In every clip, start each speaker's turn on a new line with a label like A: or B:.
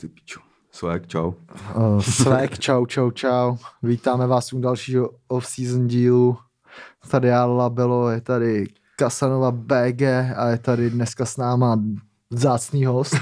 A: ty pičo. Swag, čau.
B: Uh, Svek, čau, čau, čau. Vítáme vás u dalšího off-season dílu. Tady já Labelo, je tady Kasanova BG a je tady dneska s náma vzácný host,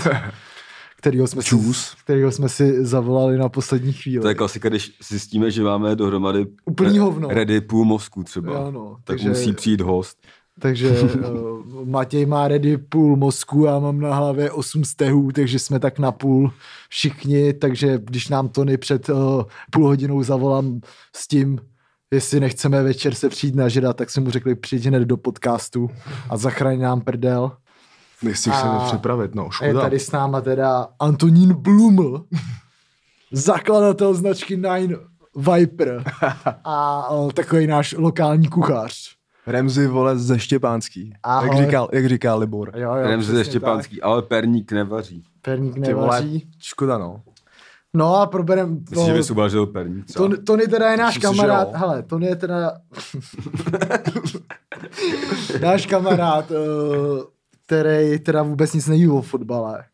B: kterýho jsme, si,
A: Čus.
B: kterýho jsme si zavolali na poslední chvíli.
A: To je klasika, když zjistíme, že máme dohromady
B: Úplný
A: re-
B: hovno.
A: ready půl mozku třeba.
B: no. Jo, no,
A: tak
B: takže-
A: takže... musí přijít host.
B: Takže uh, Matěj má ready půl mozku, já mám na hlavě osm stehů, takže jsme tak na půl všichni, takže když nám Tony před uh, půl hodinou zavolám s tím, jestli nechceme večer se přijít nažrat, tak jsme mu řekli přijď hned do podcastu a zachraň nám prdel.
C: Nechci se
B: A-
C: nepřipravit, no,
B: A je
C: škoda.
B: tady s náma teda Antonín Bluml, zakladatel značky Nine Viper a uh, takový náš lokální kuchař.
C: Remzi, vole, ze Štěpánský.
B: Ahoj.
C: Jak říkal, jak říká Libor.
B: Jo, jo,
A: Jdem
B: přesně
A: ze
B: tak.
A: Štěpánský, ale perník nevaří.
B: Perník
C: Ty vole,
B: nevaří.
C: škoda, no.
B: No a proberem...
A: Myslíš, že bys uvažil perník třeba?
B: Tony, Tony teda je náš
C: Myslím si, že
B: kamarád,
C: jo.
B: hele, Tony je teda náš kamarád, eh, který teda vůbec nic neví o fotbale,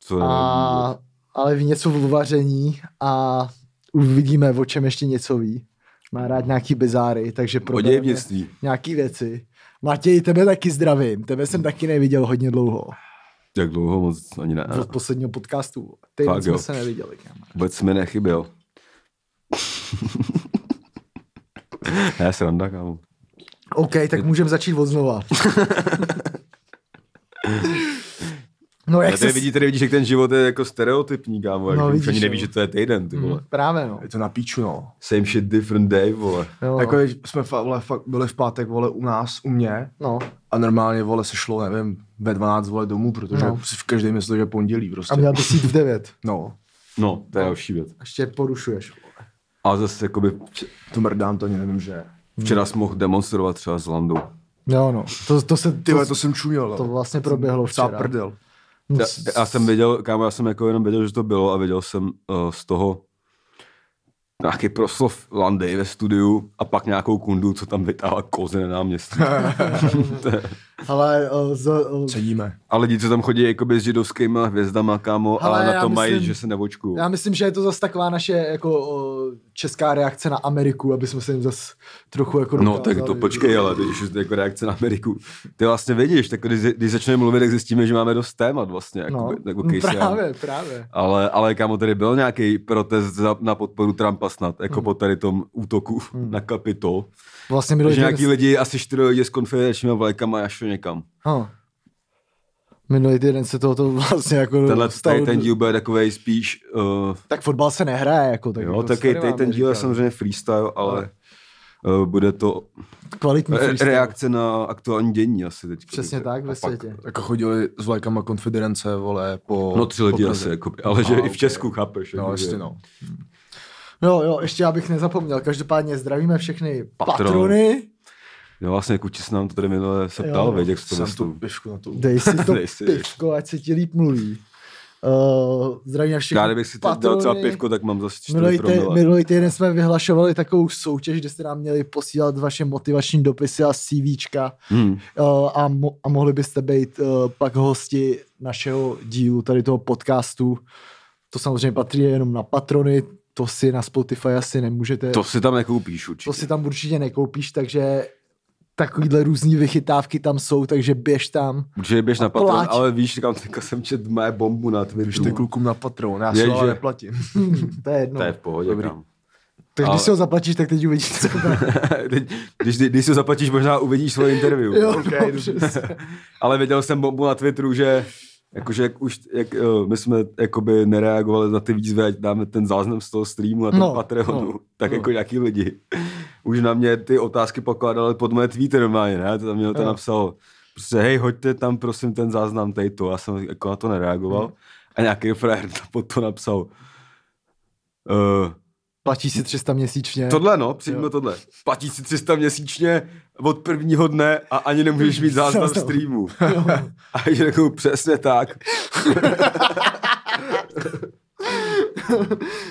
A: Co nevím,
B: a, ale ví něco o vaření a uvidíme, o čem ještě něco ví. Má rád nějaký bizáry, takže
A: o
B: probereme
A: dějevnictví.
B: nějaký věci. Matěj, tebe taky zdravím, tebe jsem taky neviděl hodně dlouho,
A: Jak dlouho moc ani ne.
B: od posledního podcastu. Ty
A: Fakt
B: jsme
A: jo.
B: se neviděli, kamarád.
A: Vůbec mi nechyběl. ne, sranda, kámo.
B: OK, tak můžeme začít od znova. no
A: Ale
B: jak se...
A: Tady, vidí, tady vidíš, jak ten život je jako stereotypní, kámo. Jak
B: No,
A: no,
B: vidíš,
A: už ani
B: jo.
A: nevíš, že to je týden, ty vole.
B: Hm, Právě no.
C: Je to na píču, no.
A: Same shit, different day, vole.
B: Jo, jako
C: no. Jako,
B: je...
C: když jsme fa- vole, fakt byli v pátek, vole, u nás, u mě.
B: no.
C: A normálně, vole, se šlo, nevím, ve 12, vole, domů, protože
B: No.
C: no. si v každém myslel, že je pondělí, prostě.
B: A měl bys jít v 9.
C: No,
A: No, to je další věc.
B: A Ještě porušuješ.
A: A zase, jakoby, vč-
C: to mrdám, to ani nevím, že. je.
A: včera jsi mohl demonstrovat třeba s Landou.
B: Jo no. To, to se...
C: Ty, vole,
B: To,
C: to jsem čuměl, no.
B: to vlastně proběhlo
C: Psá
B: včera.
C: prdel.
A: Já, já jsem věděl, kámo, já jsem jako jenom věděl, že to bylo a věděl jsem uh, z toho nějaký proslov Landy ve studiu a pak nějakou kundu, co tam vytáhla kozy na náměstí.
B: Ale uh, z, uh,
C: Sedíme.
A: A lidi, co tam chodí jakoby s židovskýma hvězdama, kámo,
B: Hele,
A: ale, ale
B: já
A: na to mají,
B: myslím-
A: že se nevočkují.
B: já myslím, že je to zase taková naše jako uh, česká reakce na Ameriku, aby jsme se jim zase trochu jako
A: No tak to
B: dokázali.
A: počkej, ale když už to je jako reakce na Ameriku. Ty vlastně vidíš, tak když, když začneme mluvit, tak zjistíme, že máme dost témat vlastně.
B: No,
A: Jakoby, jako
B: no
A: Casey Ann.
B: právě, právě.
A: Ale, ale kámo, tady byl nějaký protest za, na podporu Trumpa snad, jako
B: Mhm.
A: po tady tom útoku na Kapitol.
B: Vlastně mi
A: Že
B: dojde,
A: nějaký lidi, asi čtyři lidi s konfederačními vlajkama a šlo někam.
B: Huh. Minulý týden se tohoto vlastně jako
A: Tenhle
B: stalo-
A: tady ten díl bude takový spíš, uh,
B: Tak fotbal se nehraje, jako tak.
A: jo,
B: to
A: taky
B: tady
A: tady
B: máme
A: ten díl je
B: říkat.
A: samozřejmě freestyle, ale uh, bude to
B: Kvalitní
A: re-
B: freestyle.
A: Eh, reakce na aktuální dění asi teď.
B: Přesně tak, ve světě.
C: Jako chodili s vlajkama konfederence, vole, po...
A: No tři lidi
C: po
A: asi,
C: Praze.
A: jakoby, ale že
C: Aha,
A: i v Česku, chápeš.
C: No,
A: jakože-
C: jestli no.
B: Jo, jo, ještě abych nezapomněl. Každopádně zdravíme všechny
A: Patrony.
B: patrony.
A: Jo, vlastně Kuči se nám to tady minule se
B: Jo,
A: ptal,
B: no.
A: věď, jak se to
C: Jsem tu
A: myslí.
C: pišku na tu.
B: Dej si to
A: Dej si.
B: pivko, ať se ti líp mluví. Uh, zdravíme všechny
A: Já kdybych si teď dal třeba pivko, tak mám zase čtyři
B: Minulý, tý,
A: promile.
B: minulý týden jsme vyhlašovali takovou soutěž, kde jste nám měli posílat vaše motivační dopisy a CVčka.
A: Hmm.
B: Uh, a, mo- a mohli byste být uh, pak hosti našeho dílu, tady toho podcastu. To samozřejmě patří jenom na patrony, to si na Spotify asi nemůžete,
A: To si tam nekoupíš určitě.
B: to si tam určitě nekoupíš, takže takovýhle různý vychytávky tam jsou, takže běž tam.
A: Určitě běž na Patreon,
B: Plať.
A: ale víš, kam teďka jsem čet mé bombu na
C: Víš
A: Twitteru.
C: ty klukům na Patreon, já si
A: Ježe.
C: ale neplatím.
B: To je jedno.
A: To je v pohodě,
C: Dobrý.
A: kam.
B: takže
A: ale-
B: když si ho zaplatíš, tak teď uvidíš, co tam.
A: Teď- když, když si ho zaplatíš, možná uvidíš svoje interview.
B: Jo,
A: Ok,
B: no,
A: dobře.
B: přesně.
A: ale viděl jsem bombu na Twitteru, že jakože jak už, jak, eh, my jsme jakoby nereagovali na ty výzvy, ať dáme ten záznam z toho streamu na tom
B: No,
A: no, Patreonu,
B: no,
A: no, tak
B: no.
A: no. jako nějaký lidi už na mě ty otázky pokládali pod moje tweety normálně, ne? To tam mě to
B: Jo.
A: napsalo. Prostě hej, hoďte tam prosím ten záznam tady to. Já jsem jako na to
B: Mm.
A: nereagoval. A nějaký frajer to pod to napsal. Uh,
B: Platíš si 300 měsíčně.
A: Tohle no,
B: Jo.
A: přijďme tohle. Platí si 300 měsíčně od prvního dne a ani nemůžeš mít záznam
B: Záznam.
A: streamu.
B: no.
A: A já řeknu, přesně tak.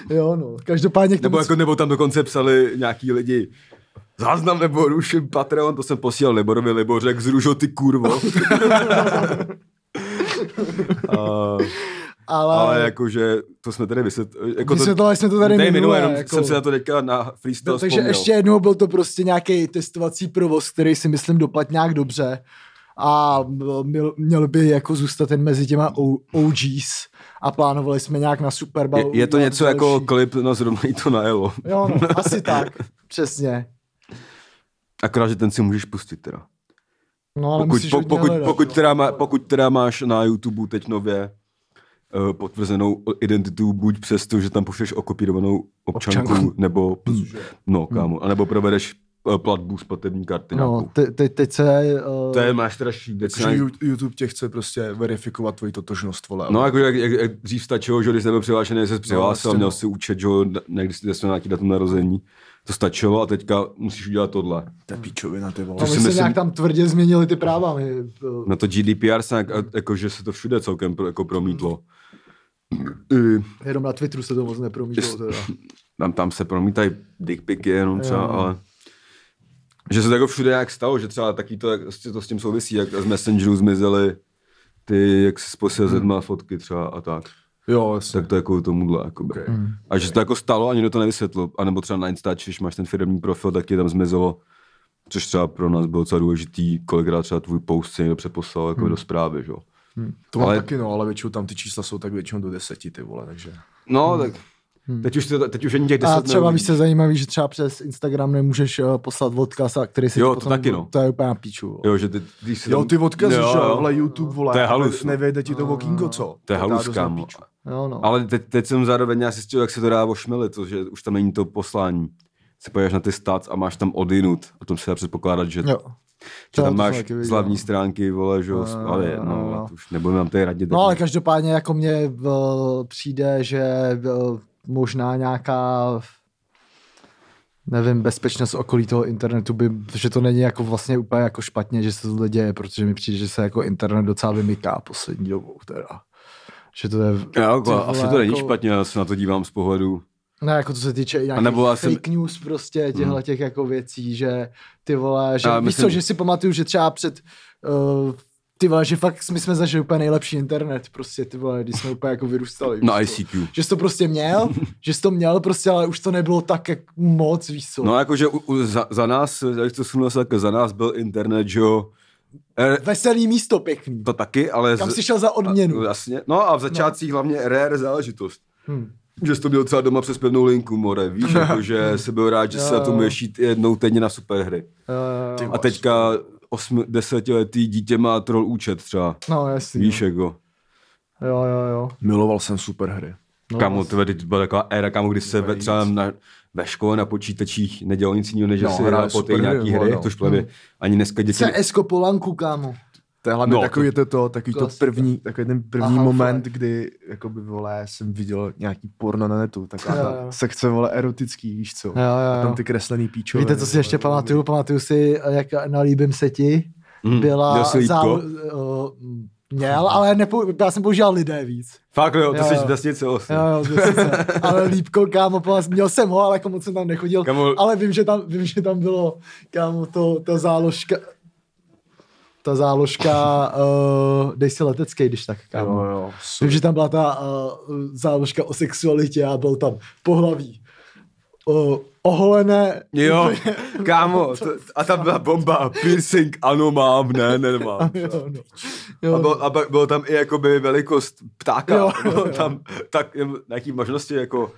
B: Jo, no. Každopádně k tomu
A: Nebo, jako, nebo tam dokonce psali nějaký lidi, záznam nebo ruším Patreon, to jsem posílal Liborovi, Libor řekl, zružo ty kurvo. a,
B: ale,
A: Ale jakože, to jsme tady vysvětlili. Jako
B: Vysvětlovali jsme to tady
A: minule,
B: minule,
A: jenom
B: jako-
A: jsem se na to teďka na freestyle
B: takže
A: vzpomněl.
B: ještě jednou byl to prostě nějaký testovací provoz, který si myslím dopad nějak dobře a měl, měl by jako zůstat ten mezi těma O- OGs a plánovali jsme nějak na Super Bowl.
A: je, je to
B: udělat
A: něco jako
B: další.
A: klip, no zrovna jí to najelo.
B: Jo, no, asi tak, přesně.
A: Akorát, že ten si můžeš pustit teda.
B: No, ale
A: Pokud,
B: musíš
A: po,
B: hodně
A: pokud,
B: hledat,
A: pokud,
B: no.
A: teda má, pokud teda máš na YouTube teď nově eh, potvrzenou identitu, buď přes to, že tam pošleš okopírovanou občanku,
B: Občanku.
A: nebo no kámo, anebo provedeš eh, platbu z platební karty
B: No,
A: nějakou.
B: te, te, teď se... Uh,
A: To je máš teda šíp,
C: Protože Ju- YouTube tě chce prostě verifikovat tvoji totožnost, vole.
A: No, jako, jak, jak, jak dřív stačilo, že když nebyl přihlášený, se přihlásil,
C: jasně,
A: no, měl
C: no.
A: si účet, že jo, někdy si dal nějaký datum narození. To stačilo a teďka musíš udělat tohle.
C: To je píčovina, ty vole.
B: no, my
A: si
B: se
A: myslím-
B: nějak tam tvrdě změnili ty práva. My, eh,
A: Na to GDPR se nějak, a- jako, že se to všude celkem pro, jako promítlo. I,
B: jenom na Twitteru se to moc nepromítlo. Teda.
A: tam, tam se promítají dickpiky jenom třeba,
B: Jo.
A: ale že se to jako všude nějak stalo, že třeba taky to, jak, to s tím souvisí, jak z Messengeru zmizely ty, jak si posílal hmm. fotky třeba a tak.
C: Jo, jasně.
A: Tak to jako tomuhle. Jakoby. Okay. A že se to jako stalo a nikdo to nevysvětlil. A nebo třeba na Instač, když máš ten firmní profil, tak ti tam zmizelo, což třeba pro nás bylo docela důležitý, kolikrát třeba tvůj post si někdo přeposlal jako do zprávy, že jo.
C: To mám
A: Ale-
C: ale... taky, no, ale většinou tam ty čísla jsou tak většinou do deseti, ty vole, takže...
A: No, tak teď už, to, teď už ani těch 10
B: A třeba víš,
A: neuvidíš.
B: se zajímavý, že třeba přes Instagram nemůžeš eh, poslat odkaz, a který si
A: Jo,
B: ti
A: to taky, no.
B: To je úplně na píču. Jo.
A: Jo, že ty, když si
C: Jo,
A: tam-
C: ty odkazy,
A: Jo,
C: že
A: jo.
C: jo, vole, YouTube, vole.
A: To je halus, no.
C: Nevejde ti to okýnko, co?
A: To je
C: dá
A: halus,
C: dost na
A: kámo.
C: píču.
B: Jo, no.
A: Ale teď, teď jsem zároveň já zjistil, jak se to dá ošmelit, to, že už tam není to poslání. Se podíváš na ty stats a máš tam odinut. A tom se dá předpokládat, že,
B: jo.
A: že
B: To- to
A: tam
B: jsem
A: máš
B: taky viděl.
A: slavní stránky, vole, že jo,
B: No,
A: ale je,
B: no,
A: no,
B: no.
A: to už nebudeme vám tady radit.
B: No ale
A: tak-
B: každopádně jako mně eh, přijde, že eh, možná nějaká nevím, bezpečnost okolí toho internetu by, že to není jako vlastně úplně jako špatně, že se tohle děje, protože mi přijde, že se jako internet docela vymyká poslední dobou teda. Že to je...
A: Jo,
B: ty vole,
A: jako, asi to není
B: jako-
A: špatně, já se na to dívám z pohledu.
B: No jako co se týče i nějakých
A: nebo já
B: fake
A: jsem- Hmm.
B: news prostě, těchhle těch jako věcí, že ty vole, že
A: Já
B: víš
A: myslím-
B: co, že si pamatuju, že třeba před uh, ty vole, že fakt my jsme zažili úplně nejlepší internet prostě, ty vole, když jsme úplně jako vyrůstali. víš
A: Na
B: co.
A: ICQ.
B: Že jsi to prostě měl, že jsi to měl prostě, ale už to nebylo tak jak moc, víš co.
A: No jakože u, u, za, za nás, jak to sunul se, tak za nás byl internet, že jo. R,
B: Veselý místo pěkný,
A: to taky, ale...
B: kam
A: z-
B: jsi šel za odměnu.
A: A, jasně. No a v začátcích no. hlavně rare záležitost.
B: Hm.
A: Že jsi to měl třeba doma přes pevnou linku, more, víš, jakože jsi byl rád, že se na to
B: Jo.
A: můžeš jít jednou týdně na superhry.
B: Uh,
A: A teďka osm, desetiletý dítě má troll účet třeba,
B: no jasný.
A: víš, jako.
B: Jo, jo, jo.
C: Miloval jsem superhry.
B: No,
A: Kámo, to teď byla taková éra, kámo, kdy se ve, třeba na, ve škole na počítačích nedělal nic jiného, než že
C: No,
A: si
C: hráli
A: hrál po ty
C: superhry,
A: nějaký
C: vole,
A: hry,
C: no.
A: to už plevě. Ani dneska děti...
B: CS Polanku, kámo.
C: To je hlavně
A: No,
C: no, takový
A: to-
C: to, to, takový to
B: klasika.
C: první, takový ten první
B: Aha,
C: Aha, moment,
B: fakt.
C: kdy, jakoby, vole, jsem viděl nějaký porno na netu, taková
B: Jo, jo.
C: ta sekce, vole, erotický, víš co?
B: jo,
C: A
B: jo.
C: tam ty kreslený píčové.
B: Víte, co si ještě pamatuju? Pamatuju si, jak na Líbím se ti
A: Mm, měl
B: byla...
A: jsi lítko?
B: uh, měl, ale nepou, já jsem používal lidé víc.
A: Fakt, jo,
B: Jo,
A: to
B: jo.
A: jsi vesnice osm.
B: Jo, jo, to jsem se- ale lípko, kámo, plas- měl jsem ho, ale jako moc jsem tam nechodil.
A: Kámo-
B: Ale vím, že tam, vím, že tam bylo, kámo, to, ta záložka... Ta záložka, uh, dej si letecký, když tak, kámo.
C: Jo, jo.
B: Vím, že tam byla ta uh, záložka o sexualitě a byl tam pohlaví. Uh, oholené,
A: Jo, kámo, to, a tam byla bomba, piercing, ano mám, ne, nemám.
B: jo, no.
A: A,
B: jo,
A: byl, a pak bylo tam i jakoby velikost ptáka,
B: Jo,
A: jo,
B: jo,
A: bylo
B: jo.
A: tam tak, jen nějaký možnosti jako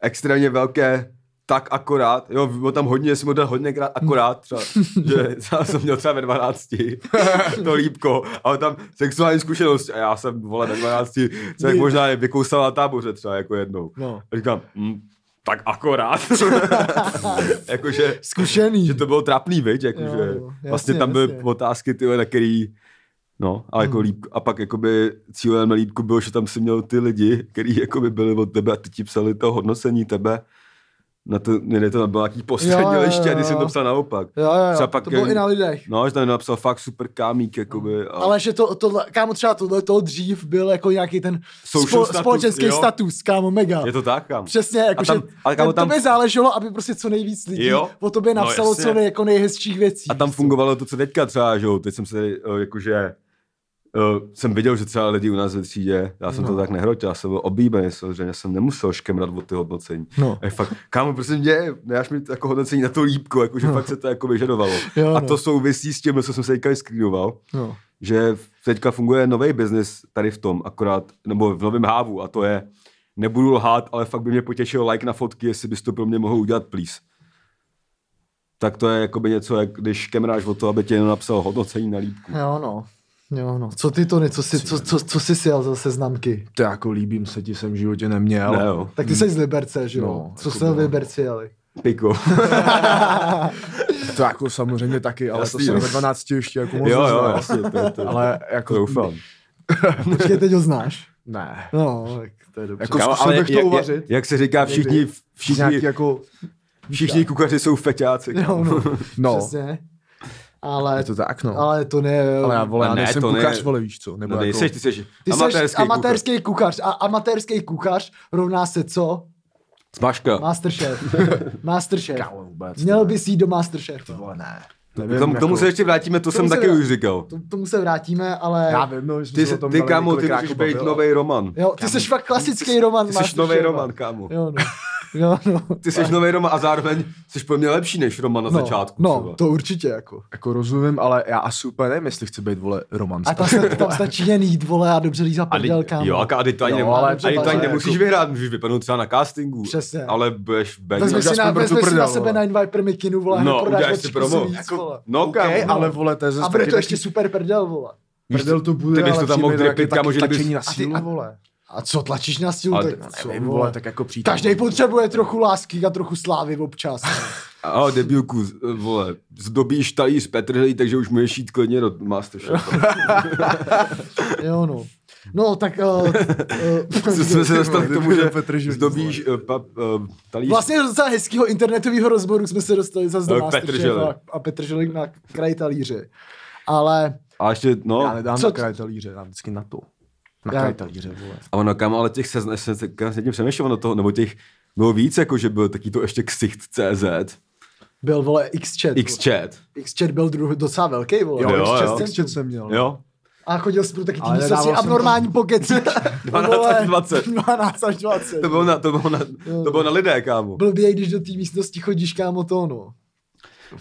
A: extrémně velké, tak akorát, jo, bylo tam hodně, jsem mu dal hodněkrát akorát, třeba, že já jsem měl třeba ve 12, to lípko, ale tam sexuální zkušenost, a já jsem, vole, ve 12, se jak možná je vykousal na táboře třeba jako jednou.
B: No.
A: A říkám, hm, tak akorát. Jakože
B: Zkušený.
A: že to bylo trapný, viď, jakože
B: Jo, jo, jasně,
A: vlastně tam byly
B: jasně. Hmm.
A: otázky, ty vole, na který, no, ale jako líp, a pak jakoby cílem na lípku bylo, že tam si měl ty lidi, který jakoby byli od tebe a ty ti psali to hodnocení tebe, na to, ne, to bylo nějaký
B: Jo,
A: poslední
B: jo,
A: liště, a ty
B: jo.
A: jsem to psal naopak.
B: Jo, jo, jo.
A: Třeba pak,
B: to bylo
A: eh,
B: i na lidech.
A: No, že tam napsal fakt super kámík, jakoby. A...
B: Ale že to, tohle, kámo, třeba tohle, to dřív byl jako nějaký ten
A: Social
B: spo,
A: status,
B: společenský
A: jo.
B: status, kámo, mega.
A: Je to tak, kam?
B: Přesně, jako jakože
A: tam- ale kámo, tam-
B: tobě záleželo, aby prostě co nejvíc lidí
A: Jo.
B: o tobě
A: No,
B: napsalo
A: jasně.
B: co nej, jako nejhezčích věcí.
A: A tam
B: víš co?
A: fungovalo to, co teďka třeba, že jo, teď jsem se, eh, jakože, Uh, jsem viděl, že třeba lidi u nás ve třídě, já jsem no. to tak nehrotil, já jsem byl oblíbený, samozřejmě já jsem nemusel škemrat od ty hodnocení.
B: No.
A: A je fakt, kámo, prosím tě, nedáš mi jako hodnocení na to lípko, jako, že no. fakt se to jako vyžadovalo.
B: Jo,
A: a
B: no.
A: to souvisí s tím, co jsem se teďka i screenoval,
B: No.
A: že teďka funguje nový biznis tady v tom, akorát, nebo v novém hávu, a to je, nebudu lhát, ale fakt by mě potěšil like na fotky, jestli bys to pro mě mohl udělat, please. Tak to je jakoby něco, jak když kemráš o to, aby ti jenom napsal hodnocení na lípku.
B: Jo, no. Jo, no. Co ty, Tony, co jsi, co, co, co jsi sjel za seznamky?
C: To jako líbím se ti, jsem v životě neměl.
A: Ne, jo.
B: Tak ty jsi z Liberce, že jo?
C: No,
B: co
C: jako
B: jste v
C: bylo.
B: Liberci jeli?
A: Piko.
C: To jako samozřejmě taky, ale
A: Jasný,
C: to jsem
A: jo.
C: ve 12 ještě jako moc
A: jo, jo,
C: neznal.
A: jasně, to, je to,
C: Ale
A: to
C: jako...
A: doufám.
B: Počkej, teď ho znáš.
C: Ne.
B: No, tak to je dobře.
C: Jako zkusil bych to
A: jak,
C: uvařit.
A: Jak, jak se říká, všichni,
C: Nějaký
A: všichni,
C: jako...
A: všichni kuchaři jsou feťáci.
B: Jo, no,
C: No,
B: přesně. Ale,
C: je to tak, no. Ale,
B: ale to ne...
C: ale já, vole,
A: No
C: já
A: ne,
C: nejsem
A: to ne.
C: kuchař, vole, víš co? Nebo
A: No,
C: jako...
A: nejseš, ty jsi
B: Ty
A: amatérský,
B: amatérský,
A: amatérský.
B: amatérský kuchař. A amatérský kuchař rovná se co?
A: Smažka.
B: Masterchef. Masterchef.
C: Kámo, vůbec.
B: Měl
C: ne.
B: bys jít do Masterchef.
C: Vole, ne.
A: K tomu, k tomu
C: jako-
A: se ještě vrátíme, to jsem
B: se
A: taky
B: vrát-
A: už říkal.
B: K tomu se vrátíme, ale...
C: Já vím, no, že jsme
A: Ty,
C: se o tom
A: ty
C: dali
A: kámo, ty
C: několikrát
A: můžeš
C: jako
A: být
C: bavili.
A: nový Roman.
B: Jo, ty jsi fakt klasický Roman.
A: Ty jsi nový
B: Masterchefa.
A: Roman, kámo.
B: Jo, no. Jo, no.
A: Ty jsi nový Roman a zároveň jsi pro mě lepší než Roman na
B: no,
A: začátku.
B: No,
A: třeba.
B: to určitě jako.
C: Jako rozumím, ale já asi úplně nevím, jestli chci být, vole, romance.
B: A tam, sta- tam stačí jen jít, vole, a dobře líza
A: A ty,
B: prdel, kámo.
A: jo, a ka- a ty to ani,
C: Jo,
A: nemu-
C: ale
A: ani, to ani
C: ale
A: nemusíš
C: jako-
A: vyhrát, můžeš vypadnout třeba na castingu.
B: Přesně.
A: Ale budeš bad.
B: Vezmi
C: Uděláš
B: si na,
C: aspoň pro
B: vezmi si
C: tu
B: na
C: prdel,
B: sebe
C: vole.
B: 9 Permikinu, vole,
A: No,
B: prodáš
A: uděláš
B: o
A: si
B: tři
A: promo.
B: kusy víc, vole.
A: No,
C: OK,
A: kámo.
C: ale vole, to je zase
B: A bude
C: taky
B: to ještě
C: taky-
B: super prdel, vole.
C: Prdel to
A: ty
C: bude,
A: bys to
C: ale
A: tam
C: přijde
A: mohl
C: mi to
A: drepit,
C: taky
A: kámo, že kdybys-
C: tlačení na
B: A ty-
C: sílu,
B: a-
C: vole. no,
B: A co, tlačíš na sílu,
A: Ale
B: tak co,
C: Nevím, vole, tak jako přijde.
B: Každý potřebuje trochu lásky a trochu slávy občas.
A: A debilku, z- vole, zdobíš talíř Petrhlí, takže už můžeš jít klidně do Masterchefa.
B: jo, no. No, tak... Uh, uh,
A: Co jsme se dostali k tomu, že
C: Petr Žilík,
A: zdobíš eh, pap, eh, talíř...
B: Vlastně z docela hezkého internetového rozboru jsme se dostali zase do
A: No, k Petrželi.
B: Masterchefa a Petr Žilek na kraji talíře. Ale
A: A ještě, no,
C: Já nedám
B: Co-
C: na kraj talíře, dám vždycky na to. Na
B: Já-
C: kraj talíře, vole.
A: a ono, kam, ale těch se, se, se, se tím přemýšlel, ono toho, nebo těch bylo víc, jako že byl taky to ještě ksicht.cz,
B: byl, vole, Xchat.
A: xchat,
B: Xchat byl druh, docela velký, vole.
A: Jo, jo, jo.
B: Xchat-
C: Xchat jsem měl. no.
A: jo?
B: A chodil jsem pro taky ty
C: Ale
B: místnosti
C: nedával jsem
B: abnormální pokeci.
A: 12 až 20.
B: 12 až 20.
A: To bylo na, to bylo na, to bylo na lidé, kámo.
B: Blbě, když do té místnosti chodíš, kámo, to no.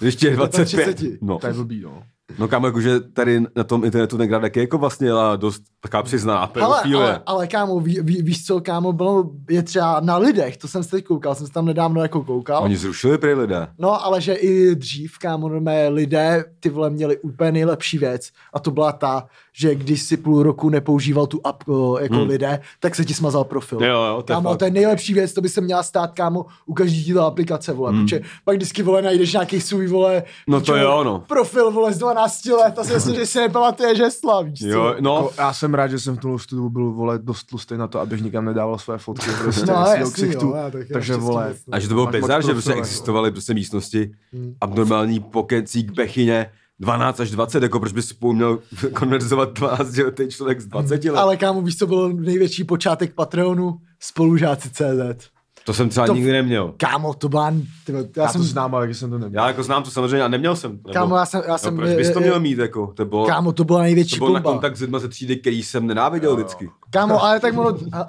A: Ještě je 25.
B: 30.
A: No.
C: To je blbý, no.
A: No kámo, jakože tady na tom internetu ten grad jako vlastně jela dost taká přizná
B: Ale, ale,
A: pedofilie.
B: ale, kámo, ví, ví, víš co, kámo, bylo, je třeba na lidech, to jsem se teď koukal, jsem se tam nedávno jako koukal.
A: Oni zrušili prý lidé.
B: No, ale že i dřív, kámo, normálně lidé, ty vole, měli úplně nejlepší věc a to byla ta, že když si půl roku nepoužíval tu app o, jako hmm. lidé, tak se ti smazal profil.
A: Jo, jo, to je
B: kámo,
A: fakt.
B: to je nejlepší věc, to by se měla stát, kámo, u každý díle aplikace, vole, hmm. protože pak vždycky, vole, najdeš nějaký svůj, vole,
A: No
B: pičo,
A: to jo, no.
B: profil, vole, z 12 let a si myslím, že si nepamatuje, že slavíš,
A: Jo, no,
C: Jako, já jsem rád, že jsem v tomhle studiu byl, vole, dost tlustý na to, abych nikam nedával své fotky. Prostě,
B: No,
C: no,
B: jasný,
C: jasný,
B: jo,
C: ksichtu,
B: já taky
C: takže,
B: mám
C: vole,
B: štěstí,
A: A že to bylo
C: Máš moc
A: bizar, že prostě
C: profilů,
A: existovaly prostě místnosti,
B: Hmm.
A: abnormální pokecík, bechyně, 12 až 20, jako proč by si spolu měl konverzovat 12 letý člověk s 20 let?
B: Hmm. Ale kámo, víš, co byl největší počátek Patreonu? Spolužáci CZ.
A: To jsem třeba
B: to-
A: nikdy neměl.
B: Kámo, to byla... Ty, vole, já,
C: Já, já
B: jsem
C: to znám, ale že jsem to neměl.
A: Já jako znám to samozřejmě a neměl jsem. to, Nebo,
B: Kámo, já jsem- já
A: no,
B: jsem-
A: proč bys to
B: je- je-
A: měl mít, jako? To bylo,
B: Kámo, to byla největší
A: to bylo na
B: bomba.
A: kontakt s lidmi ze třídy, který jsem nenáviděl jo, vždycky.
B: Kámo, ale tak ono... A,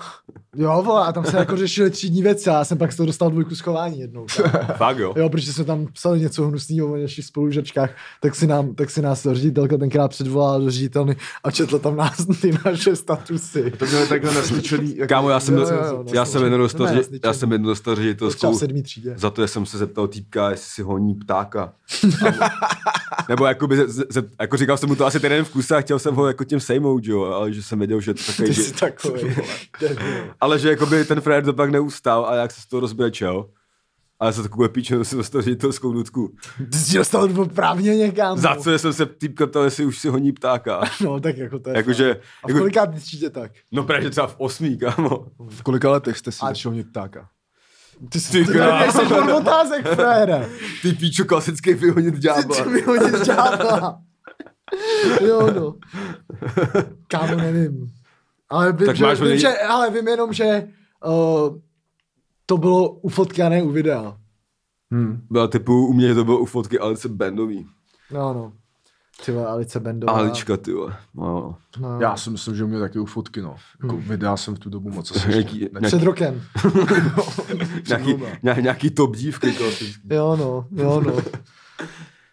B: jo, vole, a tam se jako řešili třídní věci a já jsem pak z toho dostal dvojku schování jednou. kámo.
A: Fakt jo.
B: Jo, protože jsme tam psali něco hnusného o našich spolužačkách, tak si, nám, tak si nás ředitelka tenkrát předvolala do ředitelny a četla tam nás ty naše statusy.
C: To měli takhle naslyčený. Jako,
A: Kámo, já jsem,
B: Jo,
A: do-
B: jo, jo,
A: já
B: no,
A: jsem
B: no,
A: jednou dostal,
B: no,
A: ři-
B: jasný,
A: já
B: čem.
A: jsem jednou dostal
B: Třeba
A: ředitelskou
B: v sedmý třídě.
A: Za to, že jsem se zeptal týpka, jestli si honí ptáka. Nebo jakoby, ze- ze- jako říkal jsem mu to asi ten jeden v kuse a chtěl jsem ho jako tím sejmout, jo, ale že jsem věděl, že to
B: Ty
A: takový, že,
B: jsi takový, vole, debil.
A: ale že jakoby ten frajer to pak neustál a jak se z toho rozbrečel. A já se takovou píčenu jsem dostal ředitelskou nutku.
B: Ty jsi dostal dvoprávně někam.
A: Za co jsem se týpka ptal, jestli už si honí ptáka.
B: No, tak jako to je.
A: Jakože-
B: fakt. A v
A: jako-
B: koliká třídě tak?
A: No právě že třeba v osmí, kámo.
C: v kolika letech jste si
B: A-
C: začal mít ptáka?
B: Ty jsi,
A: Ty
B: ty, ty
A: krá-
B: nejsi pod otázek, frajere.
A: Ty píčo klasický vyhonit ďábla.
B: Chci vyhodit žádla. Jo, no. Kámo, nevím. Ale vím,
A: Tak
B: že,
A: máš
B: vím,
A: hodně-
B: že, ale vím jenom, že uh, to bylo u fotky a ne u videa.
C: Hmm.
A: Byla typu, u mě to bylo u fotky Alice Bendový.
B: No, no. Ty vole, Alice Bendová.
A: Alička, ty vole. No, jo,
B: No.
C: Já si myslím, že u mě taky u fotky, no. Jako
B: Hmm.
C: videa jsem v tu dobu moc asi
A: no.
C: ještě
A: Nějaký,
C: ne-
A: nějaký,
B: Před rokem.
A: nějaký, ně- nějaký top dívky, klasický.
B: Jo no, jo no.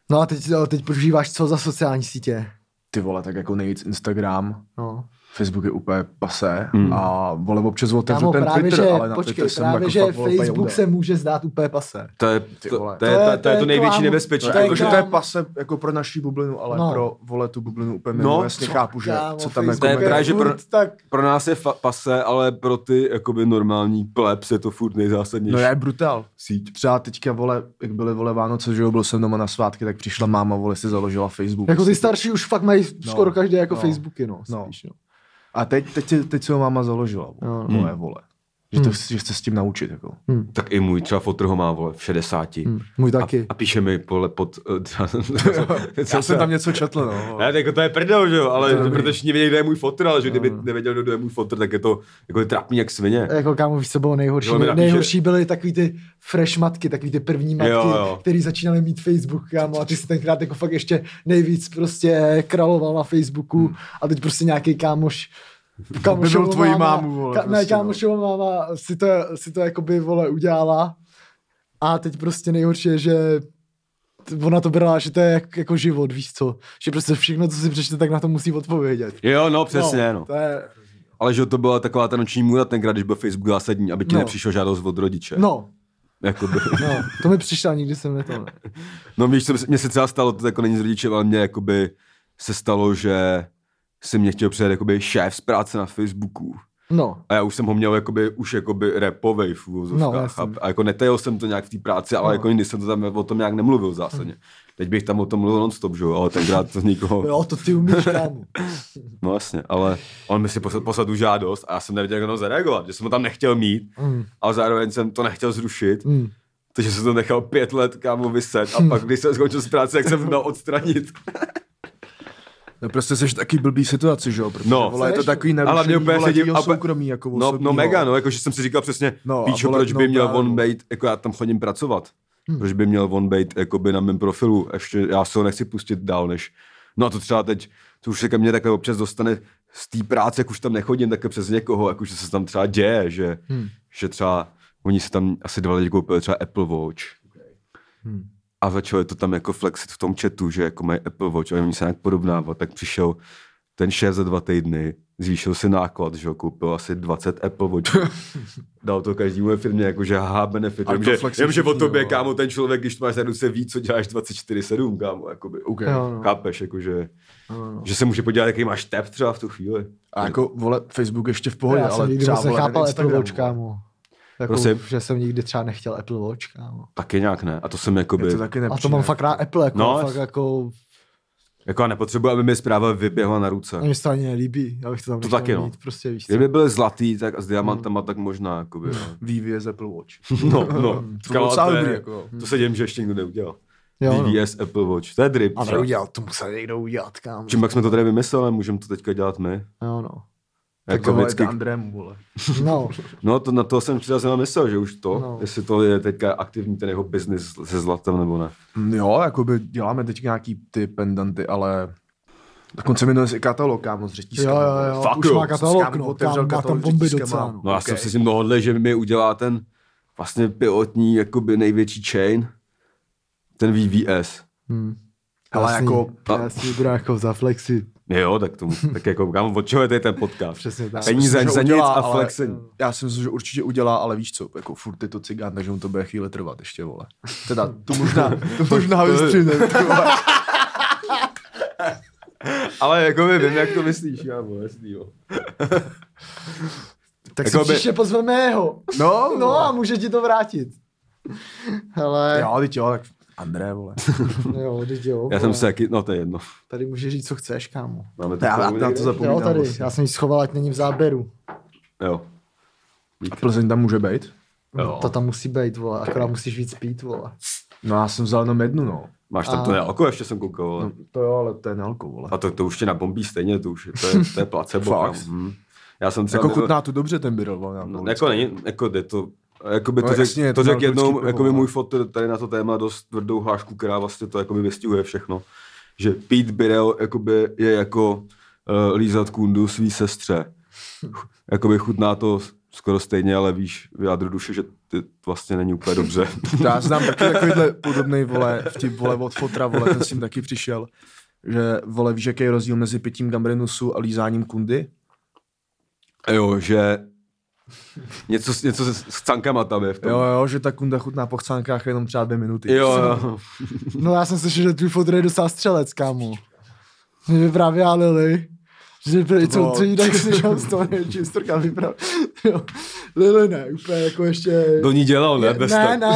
B: No a teď, a teď prožíváš co za sociální sítě?
C: Ty vole, tak jako nejvíc Instagram,
B: No.
C: Facebook je úplně pasé
A: Hmm.
C: hmm. a vole občas otevřu
B: Kámo,
C: ten
B: právě,
C: Twitter,
B: že,
C: ale na
B: počkej,
C: Twitter jsem
B: právě,
C: jako
B: že
C: fakt, vole, úplně
B: Facebook
C: jde.
B: se může zdát úplně pase.
A: To je to,
C: vole.
A: to, je, to, je, to je to největší
B: klam.
A: nebezpečí.
C: No,
B: To je
A: Jakože
C: jakože
A: to
C: to
A: je
C: je pase jako pro naší bublinu, ale
B: No.
C: no. pro vole tu bublinu úplně
A: No,
C: mimo. No, jasně
A: co-
C: chápu, že
B: Kámo,
C: co tam
B: Facebook
C: jako
A: To je
C: mimo.
A: právě, že pro-
B: furt tak
A: pro nás je fa- pase, ale pro ty jakoby normální plebs je to furt nejzásadnější.
C: No já je brutál.
A: síť.
C: Třeba teďka, vole, jak byly vole Vánoce, že jo, byl jsem doma na svátky, tak přišla máma, vole, si založila Facebook.
B: Jako ty starší už fakt mají no,
C: No,
B: skoro každý jako no,
C: no,
B: Facebooky, no.
C: no.
B: Spíš, no.
C: A teď, teď, si- teď se ho máma založila, vole,
B: No,
C: no,
B: no.
C: vole, vole. Že, to,
B: Hmm.
C: chci- že chce s tím naučit, jako.
A: Tak i můj třeba fotr ho má, vole, v 60.
B: Hm, můj taky.
A: A, a píše mi pole pod... eh,
C: Já jsem tam něco četl, no.
A: Ne, jako to je prdel, že jo, ale
B: To je
A: to
B: dobrý.
A: protože všichni vědí, kde je můj fotr, ale že kdyby nevěděl, kdo je můj fotr, tak je to jako je trapný jak svině.
B: Jako kámo, víš, co bylo nejhorší?
A: Jo, mi napíše-
B: nejhorší byly takový ty fresh matky, takový ty první matky,
A: Jo, jo.
B: který začínaly mít Facebook, kámo, a ty si tenkrát jako fakt ještě nejvíc prostě kraloval na Facebooku a teď prostě nějaký kámoš
C: Objevil tvoji mámu, vole,
B: ka, ne,
C: prostě, no.
B: kámošová máma si to, si to jakoby, vole, udělala a teď prostě nejhorší je, že t- ona to brala, že to je jak, jako život, víš co, že prostě všechno, co si přečte, tak na to musí odpovědět.
A: Jo, no, přesně, no.
B: To je,
A: Ale že to byla taková ta noční můra tenkrát, když byl Facebook zásadní, aby ti
B: No.
A: nepřišel žádost od rodiče.
B: no,
A: Jakoby.
B: no, to mi přišlo, nikdy jsem ne to ne.
A: No víš, co mně se třeba stalo, to jako není s rodičem, ale mně jakoby se stalo, že si mě chtěl přijet jakoby šéf z práce na Facebooku.
B: No,
A: A já už jsem ho měl jakoby, už jakoby repovej v
B: No,
A: úvozovkách.
B: jasně.
A: a, a jako netajil jsem to nějak v té práci, ale
B: No. Hm.
A: jako nikdy jsem to tam o tom nějak nemluvil zásadně. Teď bych tam o tom mluvil non-stop, že jo, ale tenkrát to nikoho...
B: jo, to ty umíš, kámo.
A: No jasně, ale on mi si poslal, poslal tu žádost a já jsem nevěděl, jak na to zareagovat, že jsem ho tam nechtěl mít,
B: Mm,
A: ale zároveň jsem to nechtěl zrušit,
B: mm.
A: takže jsem to nechal pět let kámo vyset
B: Hm.
A: a pak, když jsem skončil s práce, jak jsem to dal odstranit.
C: No prostě seš taky blbý situaci, že jo? Protože,
A: No.
C: vole, je to
B: Seš, no.
C: takový
A: Ale mě
C: narušení,
A: úplně
C: vole,
A: sedí-
C: tvýho
A: a úplně-
C: soukromí, jako
A: No, no
C: osobního.
A: mega, no, jakože jsem si říkal přesně, no,
C: No,
A: víš,
C: a vole,
A: proč by
C: no,
A: měl
C: právě,
A: on
C: no.
A: být, jako já tam chodím pracovat, hmm. proč by měl on být, jakoby na mém profilu, ještě já se ho nechci pustit dál, než, no a to třeba teď, to už se ke mně takhle občas dostane z té práce, jak už tam nechodím, takhle přes někoho, jako že se tam třeba děje, že, hmm. že třeba, oni si tam asi dva lidi koupili třeba Apple Watch, a začali to tam jako flexit v tom chatu, že jako mají Apple Watch a oni se nějak porovnávat, tak přišel ten šéf za dva týdny, zvýšil si náklad, že jo, koupil asi 20 Apple Watch. Dal to každému ve firmě, jakože haha, benefit.
C: Ale
A: Jenom,
C: to
A: že,
C: flexí
A: jenom, že o
C: všichni, no.
A: tobě,
C: jo.
A: kámo, ten člověk, když to máš na ruce, ví, co děláš 24-7, kámo, jakoby.
C: Okay.
B: Jo, no.
A: Chápeš, jakože,
B: Ano, no.
A: že se může podívat, jaký máš tep třeba v tu chvíli.
C: A jako, vole, Facebook ještě v pohodě,
B: já jsem
C: ale
B: nikdy
C: třeba,
B: moc
C: vole,
B: nechápal Apple
C: ten Instagram,
B: Watch,
C: vole.
B: kámo. Jako,
A: Prosím?
B: že jsem nikdy třeba nechtěl Apple Watch, kámo.
A: Taky nějak ne. A to jsem
C: Mě
A: jakoby,
C: to taky
B: A
C: nepřijde.
B: to mám fakt rád Apple, jako,
A: No,
B: no, fakt
A: jasně.
B: jako,
A: jako já nepotřebuji, aby mi zpráva vyběhla na ruce.
B: a mě se to ani nelíbí, já bych to tam
A: To
B: nechtěl
A: taky, no.
B: mít, prostě víš co.
A: Kdyby byl zlatý, tak a s diamantama, tak možná, jakoby, no.
C: VVS Apple Watch.
A: No, no.
C: To bylo
A: Kámo,
C: docela
A: to je-
C: dobrý, jako.
A: To se dělím, že ještě nikdo neudělal.
B: Jo, no.
A: DVS, Apple Watch, to je drip.
B: A
A: třeba.
B: neudělal, to musel někdo udělat, kámo.
A: Čím pak jsme to tady vymysleli, můžeme to teďka dělat my.
B: Jo, no.
C: Tak
A: Jako
C: to vždycky...
A: vždycky.
C: Andrému, vole.
B: No,
A: No to na to jsem třeba zrovna myslel, že už to,
B: No.
A: jestli to je teďka aktivní ten jeho biznis se zlatem nebo ne.
C: Mm, Jo, jakoby děláme teď nějaký ty pendanty, ale dokonce mi dnes i katalog, kámo, z řetízka.
B: jo, jo, jo,
A: Fuck
B: už
A: jo,
B: má katalog,
C: kámo,
B: no,
C: otevřel
B: tam má
C: katalog,
B: tam bomby
C: vždycky
B: docela,
C: mám.
B: no.
A: No já jsem
C: Okay.
A: se s ním dohodl, že mi udělá ten vlastně pilotní jakoby největší chain, ten VVS.
B: Hm.
C: Ale
B: Jasný,
C: jako-
B: Já si ji budu jako za flexi,
A: Jo, tak tomu, tak jako kam, od čeho je tady ten podcast?
B: přesně tak.
A: Peníze
C: myslím, že
A: za nic
C: udělá,
A: a
C: ale-
A: flexení.
C: Já si myslím, že určitě udělá, ale víš co, jako furt je to cigán, takže mu to bude chvíli trvat ještě, vole. Teda, to možná, to možná
A: to je-
C: vystřihne, ty vole.
A: Ale jako my vím, jak to myslíš, kámo, jasný, jo.
B: Tak si
A: Jakoby-
B: příště pozveme jeho.
C: No,
B: No a může ti to vrátit. Hele,
C: Jo, teď jo, tak André, vole.
B: jo, teď jo.
A: Já
B: vole.
A: jsem se jaký, no to je jedno.
B: Tady můžeš říct, co chceš, kámo.
A: Máme
C: Já-
A: takovou
C: já to
A: někde?
C: zap- Zapomínám
B: jo, tady,
C: vlastně.
B: já jsem ji schoval, ať není v záběru.
A: Jo.
C: A Plzeň tam může být?
A: Jo.
B: To tam musí být, vole, akorát musíš víc pít, vole.
C: No já jsem vzal jenom jednu, no.
A: Máš tam
B: A-
A: to nealko, ještě jsem koukal. Ale...
C: To jo, ale to je nelko, vole.
A: A to, to už tě nabombí stejně, to už je, to je, to je placebo.
C: Fakt?
A: kámo. Hm. Já jsem třeba...
C: Jako chutná tu dobře ten birol, vole.
A: No,
C: No,
A: jako není, jako jde to... Jakoby to,
C: No
A: no,
C: jasně, je
A: to
C: to
A: řekl
C: národnický
A: jednou,
C: pivo,
A: jakoby
C: no.
A: můj fotr tady na to téma dost tvrdou hlášku, která vlastně to jakoby vystihuje všechno. že Pete Birel jakoby, je jako uh, lízat kundu svý sestře. Jakoby chutná to skoro stejně, ale víš v jádru duše, že ty vlastně není úplně dobře.
C: To Já znám taky takovýhle podobný vole, vtip vole od fotra, vole, ten s tím taky přišel. Že vole, víš, jaký je rozdíl mezi pitím gambrenusu a lízáním kundy?
A: jo, že něco, s- něco se, s cankama tam je v tom.
C: Jo, jo, že ta kunda chutná po chcánkách jenom třeba dvě minuty.
A: jo, jo.
B: No já jsem slyšel, že tvůj fotr je docela střelec, kámo. Mě vyprávěla Lily. Že pr- co,
C: bylo-
B: co jí tak slyšel z toho, nevím, čím storka vyprávěla. Jo. Lily ne, úplně jako ještě...
A: To ní dělal, No, ne? Bez
B: ne, ne,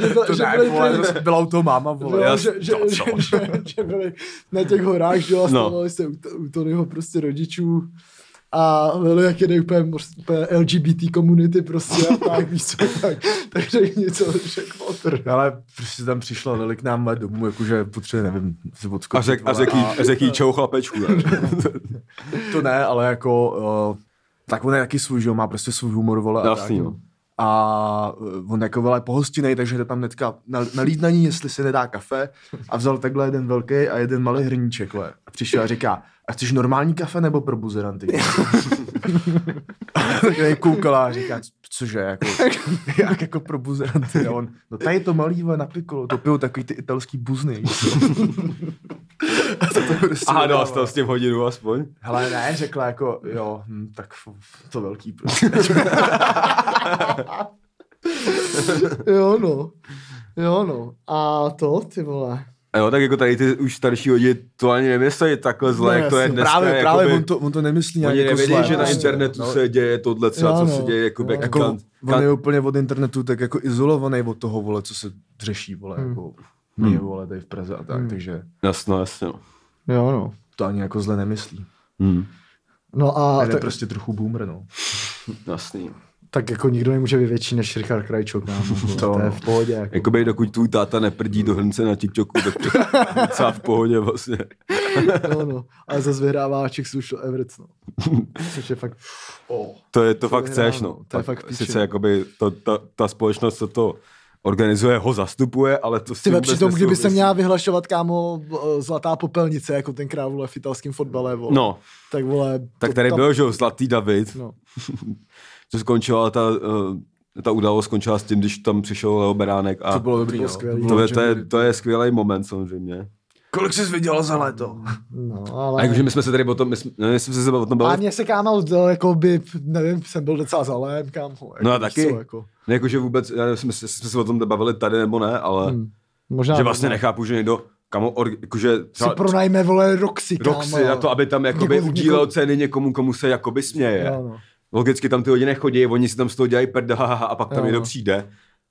B: že, byl,
C: To
B: že
C: ne,
B: byli,
C: vole,
B: byli,
C: to byla u toho máma, vole.
B: jo,
A: já-
B: že, že,
A: to
B: že,
A: co?
B: že, že, byli na těch horách, že jo, a
A: No.
B: stavovali se u, to- u Tonyho prostě rodičů a Lily jak jede úplně, mors- úplně LGBT komunity prostě a tak, víš co, tak, takže něco řekl Potter.
C: Ale prostě tam přišla Lili k nám vole, domů, jakože potřebuje, nevím, si
A: A
C: odskočit,
A: řek, a
C: vole,
A: řek, jí, řek jí čau chlapečku. Ne?
C: To ne, ale jako... Uh, tak on je taky svůj, že jo, má prostě svůj humor, vole. a tak.
A: Jasný, no.
C: a eh, on jako vele pohostinej, takže jde tam netka na, na lídnaní, jestli se nedá kafe a vzal takhle jeden velký a jeden malý hrníček, vole. A přišel a říká, a chceš normální kafe nebo pro buzeranty? tak tady koukala a říká, "Co- cože, jako, jak jako pro buzeranty? A on, no tady je to malý, vole, na pikolo, to pijou takový ty italský buzny. víš co?" a to, to prostě
A: Aha, no,
C: nedává.
A: dala jsi tam s tím hodinu aspoň.
C: Hele, ne, řekla jako, jo, hm, tak f- to velký prostě.
B: Jo no, jo no. A to, ty vole.
A: A jo, tak jako tady ty už starší lidi to ani nemyslí takhle zle,
B: No,
A: jak to je
B: jasně.
A: dneska.
C: právě, právě,
A: jakoby,
C: on to, on to nemyslí nějak
A: Oni
C: jako
A: nevědí,
C: zlé,
A: že na
C: prostě.
A: internetu
C: No,
A: se děje tohle třeba,
B: Jo,
A: co se
B: no.
A: děje, jakoby,
B: Jo.
A: jak
C: Jako,
A: kan-
C: on je úplně od internetu tak jako izolovaný od toho, vole, co se řeší, vole,
B: Hmm.
C: jako mě, vole, tady v Praze a tak,
B: Hmm.
C: takže
A: Jasno, jasno.
B: Jo no.
C: to ani jako zle nemyslí.
A: Hmm.
B: No a
C: A je
B: tak,
C: prostě trochu boomer, no.
A: Jasný.
B: tak jako nikdo nemůže být větší než Richard Krajčok, kámo. vole,
C: To-
B: to je v pohodě. Jako.
A: Jakoby dokud tvůj táta neprdí do hrnce na TikToku, tak to je docela v pohodě vlastně.
B: Jo no. Ale zase vyhrává Czech Social Everts, no. Což je fakt... Oh.
A: To je to, fakt
B: vyhrál,
A: chceš, no.
B: to je fakt v píči.
A: Sice jakoby to, ta, ta společnost, co to organizuje, ho zastupuje, ale to s
B: Ty
A: tím
B: ve
A: vůbec
B: přitom, kdyby se
A: nesouvisí.
B: měla vyhlašovat, kámo, eh, zlatá popelnice, jako tenkrát, vole, v italském fotbale, vole.
A: No,
B: Tak, vole...
A: tak
B: to-
A: tady
B: ta-
A: byl, že jo, Zlatý David,
B: No.
A: co skončila ta, eh, ta událost skončila s tím, když tam přišel Leo Beránek a
C: To bylo dobrý,
B: bylo
C: no.
B: skvělý.
A: to,
C: bylo
A: je, to, je,
C: legendary.
A: to je skvělý moment samozřejmě.
C: Kolik jsi viděl za léto?
B: No, ale...
A: A jakože my jsme se tady o tom, my jsme, ne, my jsme se o tom
B: A
A: bavili,
B: mě se kámo, to, jako by, nevím, jsem byl docela zalém, kámo. Jako,
A: No a
B: víš
A: taky.
B: co, jako.
A: ne, jakože vůbec, já nevím, jsme, se- jsme se o tom bavili tady nebo ne, ale
B: Hmm. Možná
A: že vlastně
B: možná
A: nechápu, že někdo, kamo, or, jakože
B: si
A: třeba
B: pronajme, vole, Roxy, kámo.
A: Roxy na to, aby tam jakoby
B: eh, Někomu-
A: udílel
B: někomu-
A: ceny někomu, komu se jakoby směje.
B: Jo, no.
A: Logicky tam ty lidi nechodí, oni si tam z toho dělají prd, ha, ha, ha, a pak tam
B: Jo,
A: někdo
B: no.
A: přijde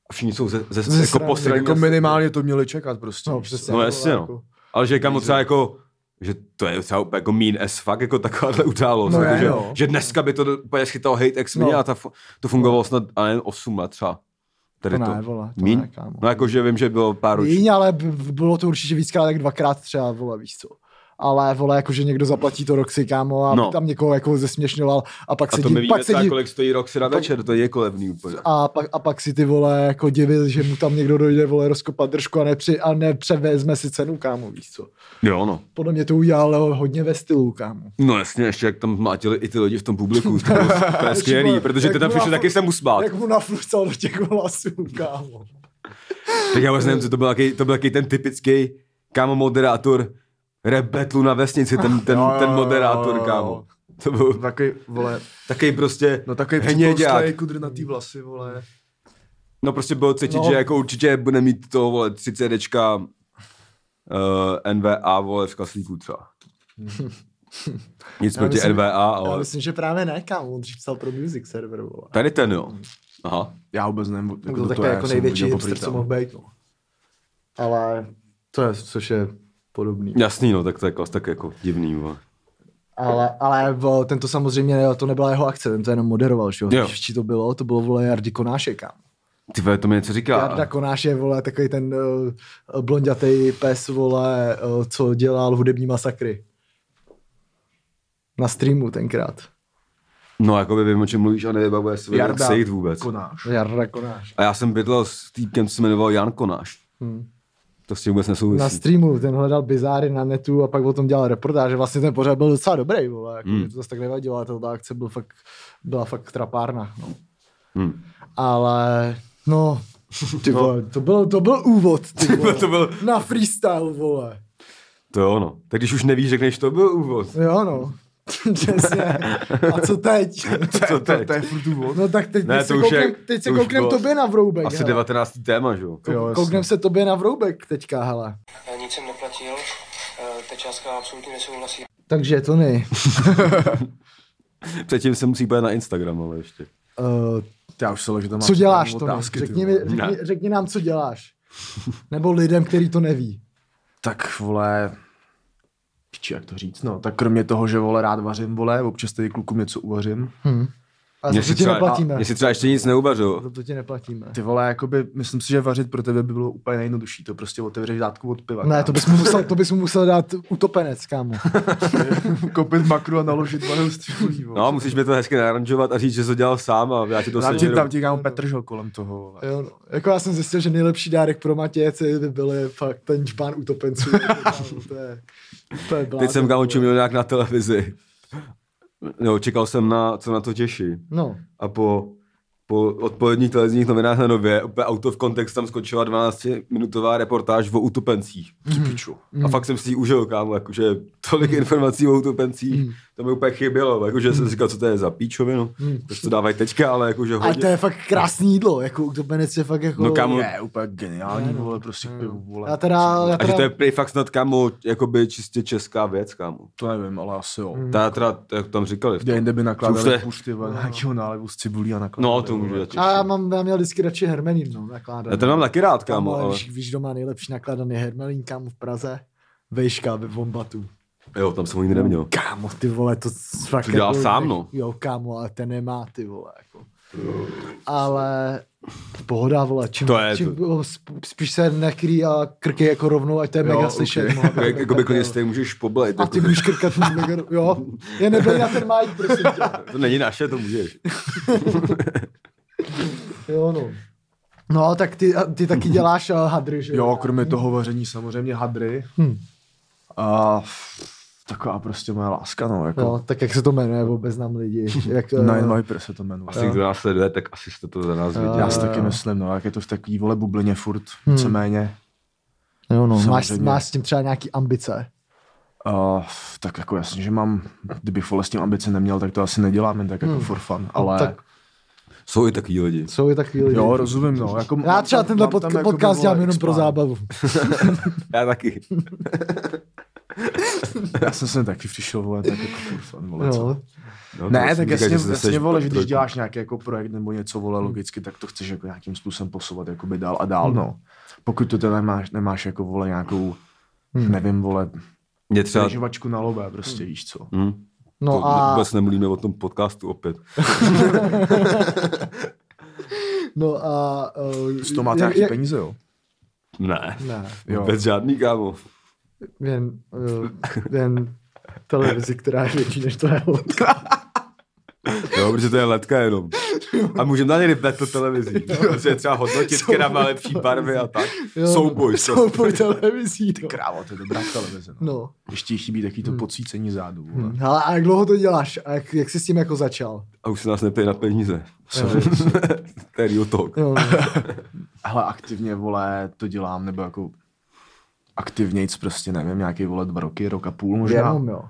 A: a všichni jsou ze, ze,
B: Ze
A: jako
B: strany,
A: posraní.
C: Jako minimálně to měli čekat prostě.
B: No,
C: víš co?
B: přesně.
A: No
B: Jako
A: jasně, no.
B: jako-
A: Ale že kamo třeba jako, že to je třeba úplně jako mean as fuck, jako takováhle událost.
B: No
A: jako,
B: je,
A: že,
B: no.
A: že, dneska by to do- úplně schytal hate ex no.
B: No.
A: a ta, fu- to fungovalo snad, ale jen 8 let třeba. Tady
B: To
A: to.
B: ne, vole, to
A: Míň?
B: ne, kámo.
A: No jakože vím, že bylo pár ročí.
B: Jiní, ale b- b- bylo to určitě víckrát, tak dvakrát třeba, vole, víš co. Ale vole, jakože někdo zaplatí to Roxy, kámo, a
A: No.
B: no. tam někoho jako zesměšňoval a pak
A: A
B: se
A: to jako-
B: di-
A: my víme
B: pak se
A: třeba,
B: di-
A: kolik stojí rok si na večer, to je kolevný úplně.
B: a pak, a pak si ty vole jako divil, že mu tam někdo dojde vole rozkopat držku a, nepři, a nepřevezme si cenu, kámo, víš co.
A: Jo, no.
B: Podle mě to udělal hodně ve stylu, kámo.
A: No jasně, ještě jak tam mlátili i ty lidi v tom publiku, to, bylo, to je skvělý,
B: Vole,
A: protože ty
B: jak
A: tam přišli
B: byla-
A: taky se mu smát.
B: Jak mu naflucal do těch vlasů, kámo.
A: Tak já vůbec nevím, co to byl jaký, to byl jaký ten typický kámo moderátor rebetlu na vesnici, ten, ten,
C: Jo, jo,
A: ten
C: jo,
A: moderátor,
C: jo, jo.
A: kámo. To byl
C: Takový, vole,
A: takový prostě
C: no takový
A: hněďák.
B: prostě-
C: připolstlej kudrnatý vlasy, vole.
A: No prostě bylo cítit,
B: No.
A: že jako určitě bude mít to, vole, 30 dečka uh, NVA, vole, v kaslíku třeba. Nic
B: Já
A: proti
B: myslím-
A: NVA,
B: Já
A: ale
B: myslím, že právě ne, kámo, on dřív psal pro music server, vole.
A: tady ten, jo. Aha.
C: Já vůbec nevím, jako
B: To
C: kdo
B: byl
C: je,
B: takový jako
C: já jsem
B: největší
C: viděl
B: hipster,
C: poprvé
B: co
C: tam.
B: mohl být, no. Ale to je, což je podobný.
A: Jasný, no, tak to je jako, tak jako divný, vole.
B: Ale, ale v, tento samozřejmě, to nebyla jeho akce, ten to jenom moderoval, že
A: Jo.
B: jo? Či to bylo, to bylo vole Jardi Konášek, kámo.
A: Ty vole, to mi něco říká.
B: Jarda Konáš je, vole, takový ten uh, blondětej pes, vole, uh, co dělal hudební masakry. Na streamu tenkrát.
A: No, jako by vím, o čem mluvíš a nevybavuje se jak
C: Jarda
A: se jít vůbec.
C: Konáš.
B: Jarda Konáš.
A: A já jsem bydlel s týpkem, co se jmenoval Jan Konáš.
B: Hm.
A: To s tím vůbec
B: na
A: nesouvisí.
B: streamu, ten hledal bizáry na netu a pak o tom dělal reportáž. Vlastně ten pořád byl docela dobrý, vole, jako,
A: Hmm.
B: mm. to zase tak nevadilo, ale ta akce byl fakt, byla fakt trapárna. No.
A: Hmm.
B: Ale, no, ty vole, to, byl, to byl úvod, ty vole.
A: to byl-
B: Na freestyle, vole.
A: To jo, no. Tak když už nevíš, řekneš, to byl úvod.
B: Jo, no. Přesně. A co teď?
A: Co
C: To,
A: teď?
C: to je furt důvod.
B: No tak teď,
A: Ne,
B: ne,
A: to
B: se,
A: už
B: kouknem,
A: je-
B: teď se
A: to už
B: kouknem
A: bylo
B: tobě na vroubek.
A: Asi
B: hele.
A: 19. téma, že jo?
B: Kou-
C: Jo, jasně.
B: kouknem se tobě na vroubek teďka, hele.
D: Nic jsem neplatil, eh, ta částka absolutně nesouhlasí.
B: Takže to ne.
A: Předtím se musí být na Instagram, ale ještě.
B: Uh,
C: Já už se ložu, tam
B: co
C: mám
B: děláš, to
C: otázky, ty
B: Řekni, mi,
C: vole.
B: řekni,
A: Ne.
B: řekni, nám, co děláš. Nebo lidem, který to neví.
C: Tak vole, piči, jak to říct, no, tak kromě toho, že vole rád vařím, vole, občas tady klukům něco uvařím,
B: Hm. A za to ti neplatíme.
A: Mě si třeba ještě nic neuvařil.
B: Za to ti neplatíme.
C: ty vole, jakoby, myslím si, že vařit pro tebe by bylo úplně nejjednodušší, to prostě otevřeš dátku od piva.
B: Ne, to bys, mu musel, to bys mu musel dát utopenec, kámo.
C: kámo. koupit makru a naložit vanou střílí,
A: No, musíš mi to hezky naranžovat a říct, že jsi to dělal sám a já ti to
C: tam ti,
A: sežeru.
C: tam ti kámo Petržel kolem toho, vole.
B: Jo, no. Jako já jsem zjistil, že nejlepší dárek pro Matějce by byl fakt ten čpán utopenců. Kámo, to je, to je blázen,
A: Teď jsem kámo
B: vole.
A: čumil nějak na televizi. Jo, čekal jsem na, co na to těší.
B: No,
A: A po, po odpoledních televizních novinách na nově, úplně out of context, tam skočila 12-minutová reportáž o utopencích.
C: Ty
B: Hmm.
C: piču.
A: A fakt jsem si ji užil, kámo, jakože tolik informací o utopencích,
B: Hmm.
A: to mi úplně chybělo, jakože jsem říkal, co to je za píčovinu, proč to dávají teďka, ale jakože
B: Hmm. ale to
A: hodně.
B: je fakt krásný jídlo, jako utopenec je fakt jako...
A: No, kámo,
C: Je úplně geniální, vole, prostě pivo, vole.
B: no, hmm. Já teda, já
A: A že
B: teda,
A: to je prý fakt snad, kámo, jakoby čistě česká věc, kámo.
C: To nevím, ale asi jo.
B: Hmm.
A: Ta já teda, jak tam říkali. v
C: Kde
A: tom.
C: jinde by
A: Už to
C: nakládali
A: je-
C: pušty, vole, nějakýho nálevu z cibulí a nakládali.
A: No, to můžu
C: vole.
A: dát.
B: a já, mám, já měl vždycky radši hermelín, no, nakládat.
A: Já to mám taky rád,
B: Kámo,
A: kámo, ale...
B: Víš, víš, kdo má nejlepší nakladaný hermelín, kámo, v Praze? Vejška ve Vombatu.
A: Jo, tam jsem ho nikdy neměl.
B: Kámo, ty vole, to s- fakt...
A: No. To dělal
B: jako-
A: sám, no.
B: Jo, kámo, ale ten nemá, ty vole, jako. Ale pohoda, vole, čím,
A: To je
B: čím o, sp- spíš se nekrý a krky jako rovnou, ať to je
C: Jo,
B: mega
C: ok.
B: slyšet. no,
A: Jak-
B: mega
A: Jakoby klidně
B: to-
A: si tady můžeš poblejt.
B: A ty můžeš krkat mu mega, jo, je nebej na ten mic, prosím tě.
A: To není naše, to můžeš.
B: Jo, no. No, tak ty, a ty taky děláš uh, hadry, že
C: Jo, mm. kromě toho vaření samozřejmě hadry.
B: Hm.
C: A taková prostě moje láska, no, jako.
B: No, tak jak se to jmenuje, vůbec znám lidi. Jak, eh,
C: Nine Viper se to jmenuje.
A: Asi kdo nás sleduje, tak asi jste to za nás viděli.
C: Já si
B: Eh,
C: taky myslím, no, jak je to v takový vole bublině furt,
B: Hmm.
C: víceméně.
B: Jo, no, máš,
C: Samozřejmě.
B: máš s tím třeba nějaký ambice.
C: A tak jako jasně, že mám, kdybych vole s tím ambice neměl, tak to asi nedělám jen tak jako for fun, ale
B: Hmm. No, tak-
C: tak,
A: Jsou i takový lidi.
B: Jsou i takový lidi.
C: jo, rozumím, no. Jako,
B: Já
C: mám
B: třeba
C: tam-
B: tenhle
C: mám tam
B: podk-
C: jakoby,
B: podcast
C: vole,
B: dělám jenom pro
C: expand.
B: zábavu.
A: Já taky.
C: Já jsem sem taky přišel, vole, tak jako for fun, vole, co?
B: Jo.
A: No,
C: Ne,
A: to jsem
C: tak
A: říkal,
C: jasně,
A: že se
C: jasně
A: seš-
C: vole, že když
A: trojku.
C: děláš nějaký jako projekt nebo něco, vole, logicky, tak to chceš jako nějakým způsobem posouvat jakoby dál a dál,
A: Hmm.
C: no. Pokud to teda nemáš, nemáš jako, vole, nějakou, nevím, vole,
A: Mě Hmm. třeba...
C: přežovačku na lobé, prostě, víš co.
A: Hm,
B: No
A: to
B: a,
A: Vůbec nemluvíme o tom podcastu opět.
B: no a... Uh,
A: Hmm.
C: Z toho máte nějaký peníze, jo?
A: Ne.
B: Ne,
C: Jo.
A: Vůbec žádný, kámo.
B: jen, uh, jen televizi, která je větší než tvoje hodka.
A: Jo, protože to je letka jenom. A můžeme na něj betl televizi. Protože Prostě je třeba hodnotit, která má lepší barvy a tak. Souboj. prostě.
B: no. Souboj televizí, no.
C: Krávo, to je dobrá televize, no.
B: no.
C: Ještě jí chybí taky to
A: Hmm.
C: pocícení zádu, vole.
B: Hele, a jak dlouho to děláš? A jak, jak jsi s tím jako začal?
A: A už se nás neptej na peníze.
C: Sorry.
A: To je real talk.
B: Jo, no.
C: Hele, aktivně, vole, to dělám, nebo jako aktivnějc prostě, nevím, nějaký, vole, dva roky, rok a půl možná.
B: Jenom, jo.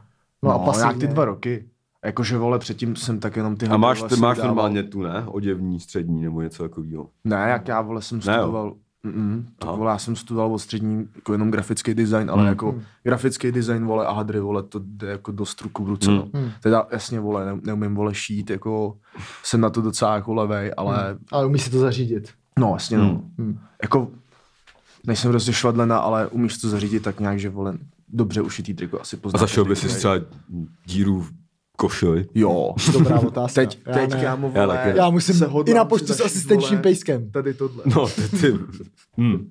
B: No, a pasivně.
C: nějak ty dva roky. Jakože, vole, předtím jsem tak jenom ty
A: A
C: hry
A: máš, ty
C: vlastně
A: máš
C: dával.
A: normálně tu, ne? Oděvní, střední nebo něco takového.
C: Ne, jak já vole jsem
A: Ne, jo.
C: studoval. Mm, tak
A: Aha. Hmm.
C: vole, já jsem studoval od střední jako jenom grafický design, ale jako
B: Hmm.
C: grafický design vole a hadry vole, to jde jako do struku v ruce. No.
B: Hmm.
C: Teda jasně vole, ne, neumím vole šít, jako jsem na to docela jako levej, ale
B: Ale umíš si to zařídit.
C: no jasně no.
A: Hmm.
B: Hmm.
C: Jako nejsem prostě švadlena, ale umíš to zařídit tak nějak, že vole dobře ušitý triko asi
A: A
C: poznáš.
A: zašel by
C: každý,
A: si
C: vole.
A: třeba díru v košili.
C: Jo.
B: Dobrá otázka.
C: Teď,
B: Já
C: teď
B: ne.
C: kámo,
A: Já
C: vole,
A: taky.
B: Já musím
C: se
B: i
C: hodlám
B: na
C: si
B: poštu s
C: zašít,
B: asistenčním
C: vole,
B: pejskem.
C: Tady tohle.
A: No, ty, ty. Hmm.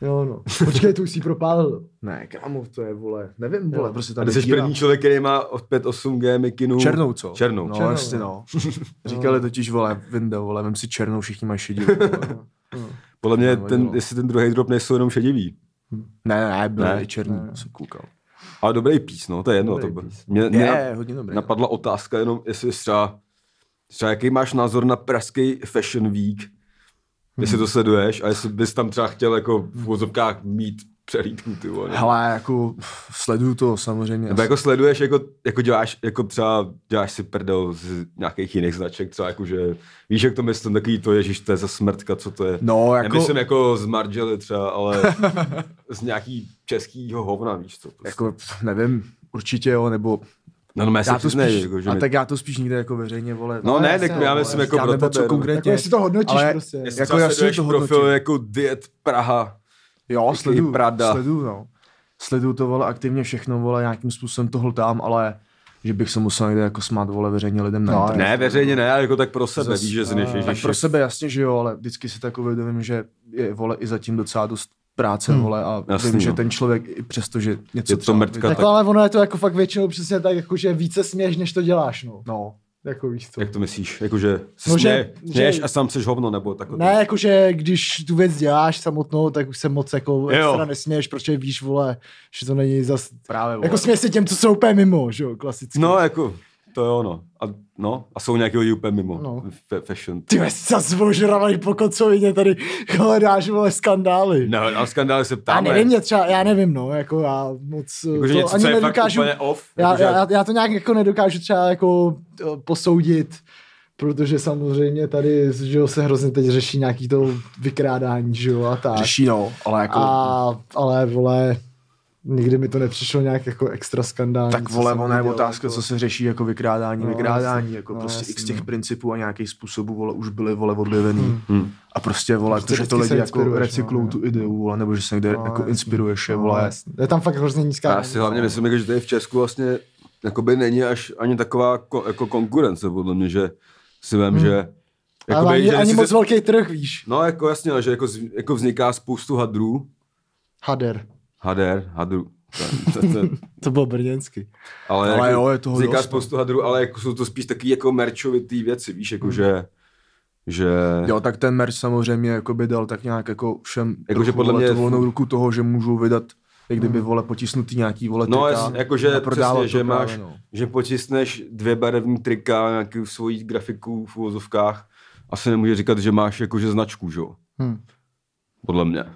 B: Jo, no. Počkej, to už si propálil.
C: Ne, kámo, to je, vole, nevím, vole,
B: Jo.
C: prostě
A: A
C: tam
A: ty
C: je
A: jsi
C: díra.
A: první člověk, který má od 5-8G mikinu.
C: Černou, co?
A: Černou.
C: No,
A: Černou.
C: černou. jasně, no. Říkali totiž, vole, Windows, vole, vem si černou, všichni mají šedivou. vole.
A: Podle mě,
C: No,
A: ten,
C: jo.
A: jestli ten druhý drop nejsou jenom šedivý.
C: Ne, ne, byl
A: Ne.
C: ne, černý, ne. jsem koukal.
A: Ale dobrý pís, no, to je jedno.
B: Dobrý
A: to byl.
B: pís.
A: Mě, mě
C: Je,
A: na-
C: hodně dobrý. no.
A: napadla otázka jenom, jestli třeba, třeba jaký máš názor na pražský Fashion Week, jestli
C: Hmm.
A: to sleduješ a jestli bys tam třeba chtěl jako v vozovkách mít přehlídku, ty vole. ne?
C: Hele, jako pff, sleduju to samozřejmě.
A: Nebo jako sleduješ, jako, jako děláš, jako třeba děláš si prdel z nějakých jiných značek, třeba jako, že víš, jak to myslím, takový to, ježíš, to je za smrtka, co to je.
C: No, jako-
A: Nemyslím jako z Margely třeba, ale z nějaký českýho hovna, víš co. Prostě.
C: jako, pff, nevím, určitě jo, nebo
A: No, no, já,
C: já
A: se
C: to
A: přiznej,
C: spíš,
A: jako, že
C: a
A: mi-
C: tak já to spíš nikde jako veřejně, vole.
A: No ne, tak
B: jasně,
A: já
B: no,
A: myslím
B: jasně,
A: jako
C: já
A: pro
C: nebo
A: tebe.
C: co
A: no.
C: konkrétně.
B: Jako jestli to hodnotíš
C: Ale-
B: prostě.
A: Jestli
C: Jako
A: jako
C: já
A: já
C: si
A: sleduješ
C: to hodnotím.
A: profil jako Diet Praha.
C: Jo,
A: Jaký
C: sleduju,
A: Prada.
C: sleduju, no. Sleduju to, vole, aktivně všechno, vole, nějakým způsobem to hltám, ale že bych se musel někde jako smát, vole, veřejně lidem na
B: No,
C: internetu.
A: Ne, veřejně ne, ale jako tak pro sebe,
C: Zas-
A: víš, že zneš,
C: Tak pro sebe jasně, že jo, ale vždycky si tak uvědomím, že je, vole, i zatím docela dost práce, hmm. vole, a
A: Jasný,
C: Jasný, vím, že
A: no.
C: ten člověk, i přesto, že něco
A: Je to
C: třeba-
A: mrtka,
B: Jako,
A: tak-
B: ale ono je to jako fakt většinou přesně tak, jako že více směješ, než to děláš, no.
C: No,
B: Jako víš co.
A: Jak to myslíš? Jakože se
B: No,
A: no,
B: že-
A: směje,
B: že-
A: směješ a sám seš hovno, nebo takhle?
B: Ne, jakože když tu věc děláš samotnou, tak už se moc jako extra nesměješ, protože víš, vole, že to není zas...
C: právě, vole.
B: Jako směješ se těm, co jsou úplně mimo, že jo, klasicky.
A: No, jako, to je ono. A, no, a jsou nějaký lidi úplně mimo.
B: No.
A: No. Fashion.
B: Ty jsi zase ožravalý po kocovině, tady hledáš, vole, skandály.
A: No, na skandály se
B: Já
A: ptáme.
B: nevím, mě třeba, já nevím, no, jako já moc
A: Jakože
B: to
A: něco,
B: ani
A: co je fakt
B: nedokážu,
A: úplně off.
B: já,
A: jakože-
B: já, já, to nějak jako nedokážu třeba jako eh, posoudit, protože samozřejmě tady, že jo, se hrozně teď řeší nějaký to vykrádání, že jo, a tak.
C: Řeší, no, ale jako...
B: A, ale vole, nikdy mi to nepřišlo nějak jako extra skandální.
C: Tak
B: co
C: vole,
B: jsem
C: ona je
B: viděl,
C: otázka,
B: jako.
C: co se řeší jako vykrádání,
B: No,
C: no, vykrádání,
B: jasně,
C: jako
B: no,
C: no, prostě
B: jasně,
C: x těch
B: no.
C: principů a nějakých způsobů, vole, už byly, vole, objevený.
A: Hmm.
C: A prostě, vole,
B: Prostě
C: to, že
B: vždycky
C: to lidi
B: se
C: jako
B: inspiruješ,
C: recyklují
B: no,
C: tu ideu, vole, nebo že se někde
B: No,
C: jako
B: jasně.
C: inspiruješ je,
B: No,
C: vole.
B: jasně. Je tam fakt hrozně nízká.
A: Já si hlavně myslím, jako, že tady v Česku vlastně jakoby není až ani taková ko, jako konkurence, podle mě, že si vím, že...
B: Hmm. ale ani,
A: jako že
B: ani
A: si
B: moc
A: se-
B: velký trh, víš.
A: No, jako jasně, ale že jako, z- jako vzniká spoustu hadrů.
B: Hader.
A: Hader, hadrů. To, to, to,
B: To bylo brněnsky.
A: ale
C: Ale
A: jako,
C: jo, je toho
A: vzniká
C: dost, no.
A: spoustu hadrů, ale jako, jsou to spíš taky jako merčovitý věci, víš,
B: Hmm.
A: jako, že, že...
C: Jo, tak ten merch samozřejmě jako by dal tak nějak jako všem
A: Jakože
C: trochu,
A: podle
C: vole,
A: mě- Mm.
C: tu volnou ruku toho, že můžou vydat jak kdyby, vole, potisnutý nějaký, vole,
A: No,
C: trika
A: jas-
C: a
A: jakože
C: prodávat
A: přesně,
C: to
A: že máš,
C: právě, no.
A: že potisneš dvě barevní trika, nějaký v svojí grafiku v uvozovkách, asi nemůže říkat, že máš jakože značku, že jo?
B: Hm.
A: Podle mě.
C: Jako-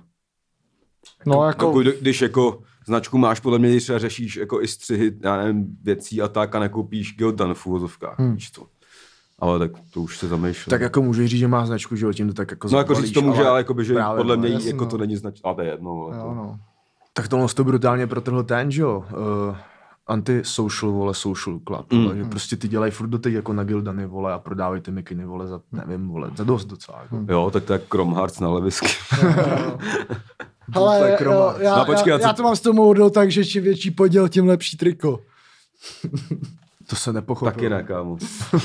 B: No jako...
A: Jako, když jako značku máš, podle mě, když třeba řešíš jako i střihy, já nevím, věcí a tak a nekoupíš Geodan v uvozovkách, hmm. víš co. Ale tak to už se zamýšlím.
C: Hm. Tak jako můžeš říct, že má značku, že jo, tím to tak jako
A: no jako
C: zabalíš,
A: říct to může, ale, jakoby, že
C: právě,
A: podle
C: no.
A: mě
B: jasně,
A: jí, jako to
B: no.
A: není značka. A to je jedno, vole, to.
B: Jo, no.
C: Tak tohle to brutálně protrhl ten, že jo, uh, anti-social, vole, social club, mm. vole, že prostě ty dělají furt doteď jako na Gildany, vole, a prodávají ty mikiny, vole, za, nevím, vole, za dost docela, jako.
A: Jo, tak to je Kromhardt na levisky.
B: Hele,
C: Úplně
B: jo,
C: kromák.
B: eh, já,
A: No, počkej,
B: já,
A: a co-
B: já, to mám s tou moudou tak, že čím větší podíl, tím lepší triko.
C: To se nepochopilo.
A: Taky ne, kámo.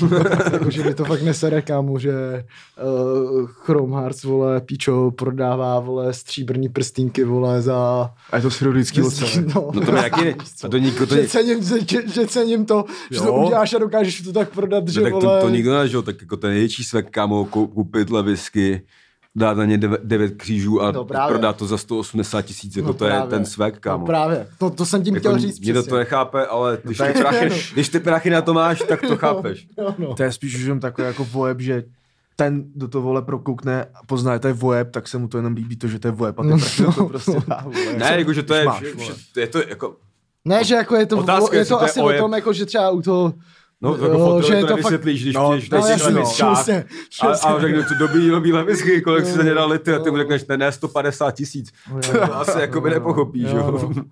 B: Jakože mi to fakt nesere, kámo, že uh, Chrome Hearts, vole, píčo, prodává, vole, stříbrný prstínky, vole, za...
C: A je to syrodický ocelek.
B: No,
A: No to mi taky ne. A to nikdo to,
B: že cením, že, že, že cením to, že to
C: Jo.
B: uděláš a dokážeš to tak prodat, že
A: no, tak
B: vole...
A: to, to nikdo nežil, tak jako ten největší svek, kámo, kou- koupit levisky, dát na ně deve- devět křížů a
B: No
A: no
B: právě.
A: prodá to za 180 tisíc, jako
B: No
A: no to je
B: právě.
A: ten svek, kámo.
B: No právě, no, to jsem tím
A: Jako
B: chtěl říct
A: někdo
B: přesně.
A: to nechápe, ale když,
C: tak-
A: ty prachy, když ty prachy na to máš, tak to chápeš.
B: Jo, no.
C: To je spíš už jenom takový jako vojeb, že ten do toho vole prokoukne a pozná, že to je vojeb, tak se mu to jenom líbí to, že to je vojeb a ty no, to prostě dá, vole.
A: Ne, jako, že to je,
C: Máš,
A: vše-
C: vole.
A: vše- je to jako,
B: Ne, že jako je to,
A: Otázka,
B: je
A: jestli
B: to
A: to je
B: asi o
A: ojeb.
B: tom, jako, že třeba u toho...
A: no,
B: jo,
A: jako fotovi
B: že je
A: to,
B: to fakt-
A: nevysvětlíš, když
C: No,
A: když
C: no,
A: nejsi
B: jasně,
A: na
B: no.
A: miskách.
B: Přesně,
A: A,
B: přesně.
A: a on řekne, co dobrý, dobrý levisky, kolik si za ně dali ty, a ty mu řekneš, ne, ne, 150 tisíc. To asi jako by nepochopíš,
B: No, Jo,
A: jo.
B: no.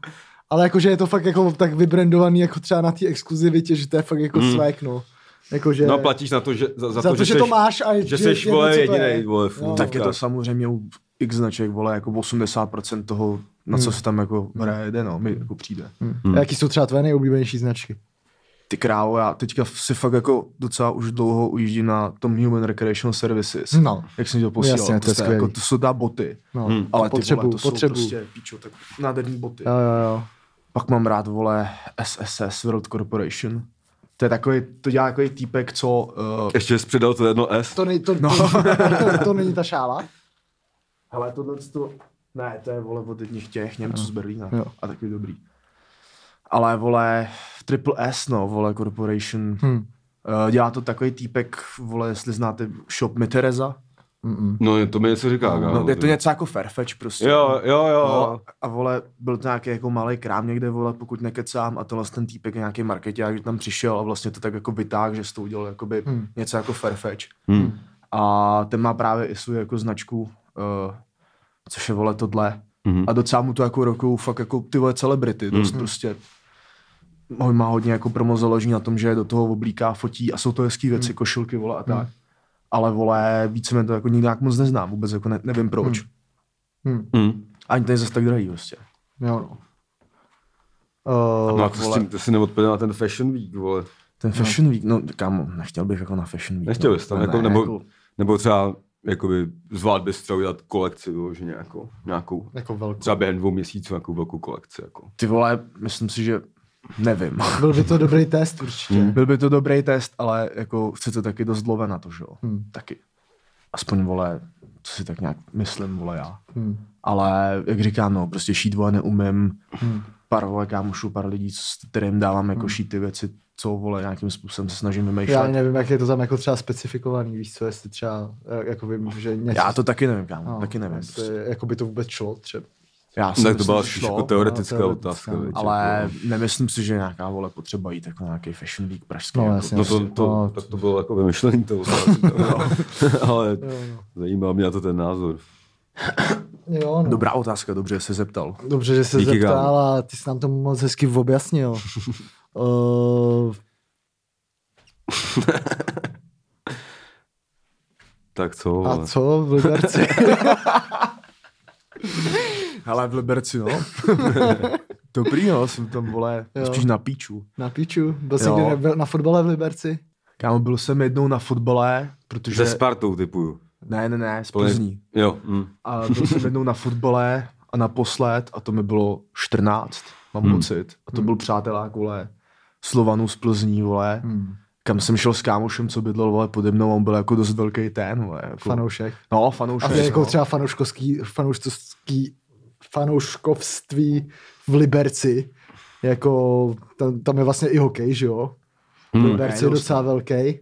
B: Ale jakože je to fakt jako tak vybrandovaný jako třeba na té exkluzivitě, že to je fakt jako mm. svek, no. Jakože,
A: Hmm. No a platíš na to, že, za, za,
B: za to, že,
A: seš-
B: to máš a
A: že
B: je-
A: seš,
B: je
A: vole,
B: něco, co je.
A: jedinej, vole, v
B: No.
C: Tak je to samozřejmě u x značek, vole, jako 80% toho, na
B: Hmm.
C: co se tam jako hraje, jde, no, mi jako přijde.
A: Hmm.
B: A jaký jsou třeba tvé nejoblíbenější značky?
C: Ty krávo, já teďka si fakt jako docela už dlouho ujíždím na tom Human Recreational Services.
B: No.
C: Jak jsem ti to posílal.
B: Jasně, to je
C: prostě
B: skvělý.
C: Jako, to jsou ta boty.
B: No,
C: Ale ty
B: potřebu,
C: vole, to
B: potřebu.
C: jsou prostě, píčo, tak nádherný boty.
B: Jo, jo, jo.
C: Pak mám rád, vole, SSS World Corporation. To je takový, to dělá takový týpek, co... Uh,
A: Ještě jsi přidal to jedno S.
B: To, nej, to, no. to, to, to, není ta šála?
C: hele, tohle to... Ne, to je vole od jedních těch Němců z Berlína.
B: Jo.
C: A takový dobrý. Ale vole, Triple S, no, vole, Corporation.
B: Hm.
C: Eh, Dělá to takový týpek, vole, jestli znáte shop Mi Tereza.
B: Mm-mm.
A: No, to mi něco říká, kámo.
C: No, je to
A: ty.
C: něco jako Fairfetch prostě.
A: Jo, jo, jo.
C: No, a vole, byl to nějaký jako malý krám někde, vole, pokud nekecám, a tenhle ten týpek je nějaký marketák, že tam přišel a vlastně to tak jako vytáhl, že s to udělal jakoby
B: Hmm.
C: něco jako Fairfetch.
A: Hm.
C: A ten má právě i svou jako značku, uh, což je vole tohle.
A: Mhm.
C: A docela mu to jako roku fakt jako ty vole celebrity,
A: Hmm.
C: dost prostě. On má hodně jako promo založení na tom, že do toho oblíká, fotí a jsou to hezký věci,
A: Hmm.
C: košilky, vole a tak. Ale vole, víceméně to jako nikdo jak moc neznám, vůbec jako ne, nevím proč.
A: Hmm.
B: Hm.
A: Hm.
C: Ani to je zase tak drahý prostě.
B: Jo, no. Uh,
A: No, a to, s tím, to si neodpověděl na ten Fashion Week, vole.
C: Ten Fashion Week, no kámo, nechtěl bych jako na Fashion Week.
A: Nechtěl
C: no.
A: bys tam,
C: Ne,
A: jako,
C: ne,
A: nebo,
C: jako-
A: nebo třeba jakoby zvlád bys třeba udělat kolekci, vyloženě nějakou, nějakou,
B: jako velký.
A: třeba během dvou měsíců nějakou velkou kolekci, jako.
C: Ty vole, myslím si, že nevím.
B: Byl by to dobrý test určitě.
A: Hmm.
C: Byl by to dobrý test, ale jako chcete taky dost dlouho na to, že jo?
B: Hmm.
C: Taky. Aspoň vole, co si tak nějak myslím, vole já.
B: Hmm.
C: Ale jak říkám, no, prostě šít vole neumím. Hmm. Pár vole kámošů, pár lidí, s kterým dávám jako šít ty věci, co vole nějakým způsobem se snažím
B: Hmm. Já ani
C: vymýšlet.
B: nevím, jak je to tam jako třeba specifikovaný, víš co, jestli třeba, eh, jako vím, že něco...
C: Já to taky nevím, kámo,
B: no,
C: taky nevím.
B: Jestli,
C: prostě.
B: jako by to vůbec šlo třeba.
C: Já si
A: Ne, to
C: myslím,
A: byla
C: že
A: spíš
C: šlo.
A: jako teoretická
B: no,
A: otázka,
B: teoretická,
A: veď,
C: Ale
A: jako.
C: nemyslím si, že je nějaká vole potřeba jít jako na nějaký fashion week pražský.
B: No,
C: jako.
B: jasně.
A: No to,
B: No,
A: to, tak to bylo jako vymyšlený to, no. ale
B: Jo, no.
A: zajímá mě na to ten názor.
B: Jo, no.
C: Dobrá otázka, dobře, že se zeptal.
B: Dobře, že se
A: Díky,
B: zeptal
A: kámo.
B: a ty jsi nám to moc hezky objasnil. uh,
A: Tak co,
B: a
A: vole?
B: co v Liberci?
C: Hele, v Liberci, no. Dobrý, no, jsem tam, vole,
B: Jo.
C: spíš na píču.
B: Na píču? Byl jsi
C: Jo.
B: někdy na, na fotbale v Liberci?
C: Kámo, byl jsem jednou na fotbale, protože...
A: Se Spartou typuju.
C: Ne, ne, ne, z
A: To je-
C: Plzní.
A: Jo, hm.
C: A byl jsem jednou na fotbale a naposled, a to mi bylo 14, mám
A: Hmm.
C: pocit. A to byl přátelák, vole, Slovanů z Plzní, vole,
B: Hmm.
C: kam jsem šel s kámošem, co bydlel, vole, pode mnou, on byl jako dost velký ten, vole. Jako,
B: Fanoušek.
C: No,
B: A
C: fanoušek.
B: to je jako
C: no.
B: třeba fanouškovský, fanouškovský, fanouškovství v Liberci. Jako, tam, tam je vlastně i hokej, že jo? V
A: Hmm.
B: Liberci je
C: Jasně.
B: docela velký.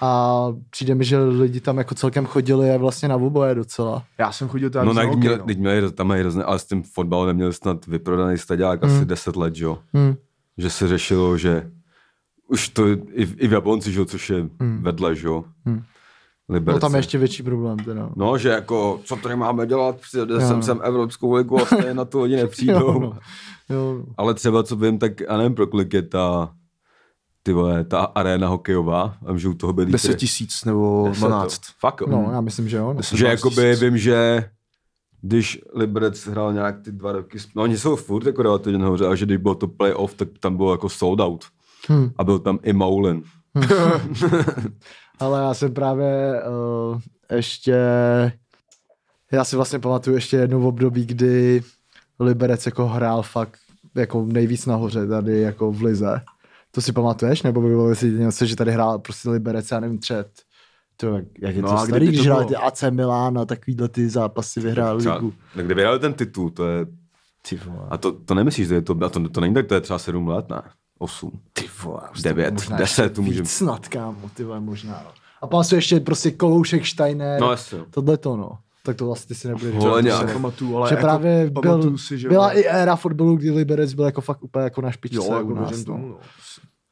B: A přijde mi, že lidi tam jako celkem chodili a vlastně na oboje docela.
C: Já jsem chodil teda
A: No,
C: na
A: na
C: hokej,
A: měli,
C: no.
A: teď měli, tam mají hrozně, ale s tím fotbalem neměli snad vyprodaný stadiák asi 10 let, že jo.
B: Hmm.
A: Že se řešilo, že už to i, v- i v Jablonci, že jo, což je vedle, že jo.
B: Hmm.
A: Liberce.
B: No tam je ještě větší problém teda.
A: No, že jako, co tady máme dělat, přijede
B: Jo,
A: jsem
B: no.
A: sem Evropskou ligu a stejně na to lidi
B: Jo,
A: nepřijdou.
B: no. Jo, no.
A: Ale třeba, co vím, tak já nevím, pro kolik je ta, ty vole, ta aréna hokejová, vím, že u toho byli...
C: 10 tisíc nebo 12.
A: Fakt, jo.
C: Hmm.
B: no, já myslím, že jo. No.
A: že
C: 12
A: jakoby
C: tisíc.
A: vím, že když Liberec hrál nějak ty dva roky, sp- no oni jsou furt jako relativně nahoře, a že když bylo to playoff, tak tam bylo jako sold out.
B: Hmm.
A: A byl tam i Maulin.
B: Ale já jsem právě uh, ještě, já si vlastně pamatuju ještě jedno období, kdy Liberec jako hrál fakt jako nejvíc nahoře tady jako v Lize. To si pamatuješ? Nebo bylo si něco, že tady hrál prostě Liberec, já nevím, před to, jak, jak je
C: No
B: to
C: a
B: starý,
C: kdyby to
B: když hrál
C: bylo?
B: ty AC Milán a takovýhle ty zápasy vyhrál
A: Třeba,
B: ligu.
A: tak kdyby hrál ten titul, to je...
B: Ty vole.
A: A to, to nemyslíš, že je to, a to, to není tak, to je třeba 7 let, ne? 8.
B: Ty vole, už to
A: Devět,
B: možná
A: deset,
B: ještě
A: tu můžem-
B: Víc snad, kámo, ty vole, možná. No. A pán se ještě prostě Koloušek, Steiner,
A: No jasně.
B: tohle to, no. Tak to vlastně ty si nebudeš
A: Vole,
C: To
A: nějak.
C: se nepamatuju, ale
B: Ale že
C: jako
B: právě byl,
C: pamatuju si, že
B: byla
C: vole-
B: i éra fotbalu, kdy Liberec byl jako fakt úplně jako na špičce
C: Jo, jako
B: u nás.
C: věřím tomu,
B: No.
C: no.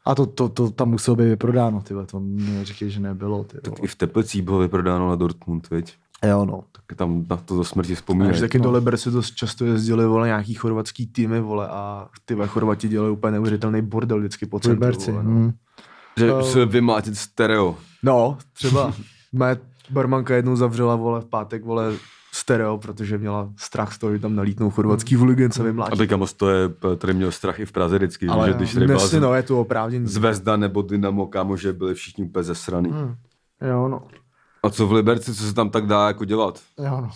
B: A to, to, to, tam muselo být vyprodáno, tyhle, to mě říkají, že nebylo. Ty,
A: I v Teplicích bylo vyprodáno na Dortmund, viď?
B: jo, no.
A: Tak tam na to do smrti
C: Takže
A: vzpomínáš.
C: taky do Liberce dost často jezdili vole nějaký chorvatský týmy vole a ty vole, Chorvati dělají úplně neuvěřitelný bordel vždycky po
B: V
C: centru.
B: Liberci.
C: Vole, no.
B: mm.
A: Že se vymlátit stereo.
C: no, třeba. Moje barmanka jednou zavřela vole v pátek vole stereo, protože měla strach z toho, že tam nalítnou chorvatský huligence
A: A
C: vymlátí.
A: teďka moc to je, tady měl strach i v Praze vždycky,
C: Ale
A: že když tady byla
C: dnes, no, je to oprávněný.
A: Zvezda nebo Dynamo, kámo, že byli všichni úplně zesraný. Hmm.
B: Jo, no.
A: A co v Liberci, co se tam tak dá jako dělat?
B: Jo, no.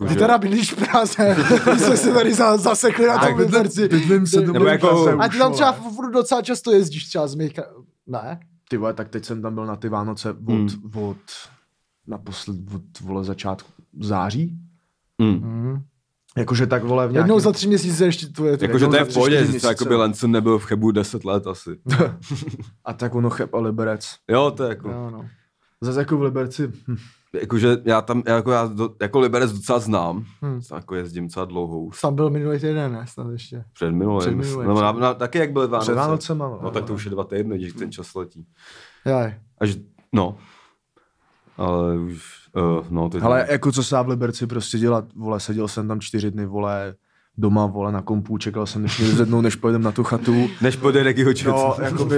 A: Jako,
B: Ty
A: že-
B: teda bydlíš v Praze, my jsme se tady za- zasekli na tom Liberci.
C: Teď vím, se to
A: Nebo
C: bylo
A: jako-
C: zase
B: A
C: už,
B: ty tam třeba
C: vole.
B: furt docela často jezdíš třeba z mých... ka- Ne?
C: Ty vole, Hmm. tak teď jsem tam byl na ty Vánoce od, od naposled, od vole začátku září,
A: Mm.
C: Jakože tak vole v nějakém...
B: Jednou za tři měsíce ještě to je.
A: Jakože to je
C: za
A: v
C: tři,
A: pohodě, Jako,
C: Jako čtyři
A: že
C: měsíce. Hmm.
A: třeba jakoby Lenson nebyl v Chebu 10 let asi.
C: A tak ono chep a liberec.
A: Jo, to je jako...
C: Jo, no. Zase jako v Liberci. Hm.
A: Jakože já tam, jako já do, jako Liberec docela znám, hmm. jako jezdím docela dlouho už,
B: Sam byl minulý týden, ne? Snad ještě.
A: před minulým,
B: Předminulý,
A: no, na, na, taky jak byly Vánoce.
C: Před Vánocema, no.
A: No tak to už je dva týdny, když ten čas letí.
B: Jaj.
A: Až, no, ale už, uh, no, ty
C: Ale jako co se dá v Liberci prostě dělat, vole, seděl jsem tam čtyři dny, vole, doma, vole, na kompu, čekal jsem, než mě zednou, než pojedem na tu chatu.
A: než pojede Rekyho
C: No,
A: no,
C: jakoby,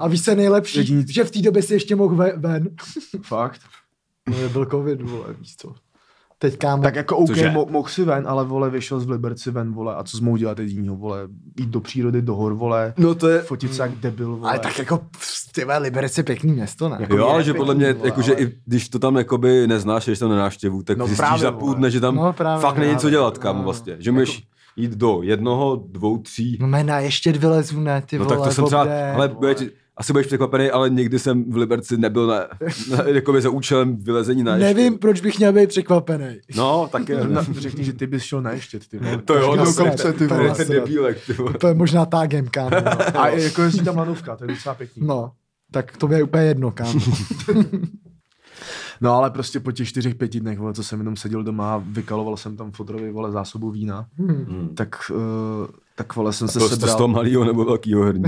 B: A víš, co je nejlepší,
C: Jediný-
B: že v té době si ještě mohl ve- ven.
C: fakt.
B: No, byl covid, vole, víš co. Teď kámo,
C: Tak jako OK,
A: Cože?
C: mo- mohl si ven, ale vole, vyšel z Liberci ven, vole, a co jsi mohl dělat jedinýho, vole, jít do přírody, do hor, vole,
A: no to je,
C: fotit se jak debil, vole.
B: ale tak jako, ty vole, Liberec je pěkný město, ne?
C: Jako-
A: jo, ale že
C: pěkný,
A: podle mě,
C: vole,
A: jakože
C: ale-
A: i když to tam jakoby neznáš, ješ tam na návštěvu, tak
C: No
A: zjistíš
C: právě,
A: za půl
C: vole.
A: dne, že tam
B: No právě,
A: fakt není co
B: právě,
A: dělat, kámo,
B: no.
A: vlastně, že můžeš jít do jednoho, dvou, tří,
B: No mena, ještě vylezu, ne, ty
A: No
B: vole, jako
A: tak to jsem třeba,
B: Bobde.
A: ale bude ti, asi budeš překvapený, ale někdy jsem v Liberci nebyl na, na jakoby za účelem vylezení na ještě.
B: Nevím, proč bych měl být překvapený.
A: No, tak je.
C: Na- Řekni, že ty bys šel na ještět, ty vole.
A: to jo,
B: na
A: to
B: sebe,
A: kopce, ty
B: to
A: vole,
B: na
A: ten
B: sebe.
A: debílek, ty vole.
B: To je možná tágem, kámo. no.
C: A je- jako jezdí tam lanovka, to je docela pěkný.
B: No, tak to mi je úplně jedno, kámo.
C: No ale prostě po těch čtyřech, pěti dnech, vole, co jsem jenom seděl doma a vykaloval jsem tam fotrovi, vole, zásobu vína,
A: Hmm.
C: tak, uh, tak vole, jsem se
A: Prostě z toho
C: sebral.
A: malýho nebo velkýho herní.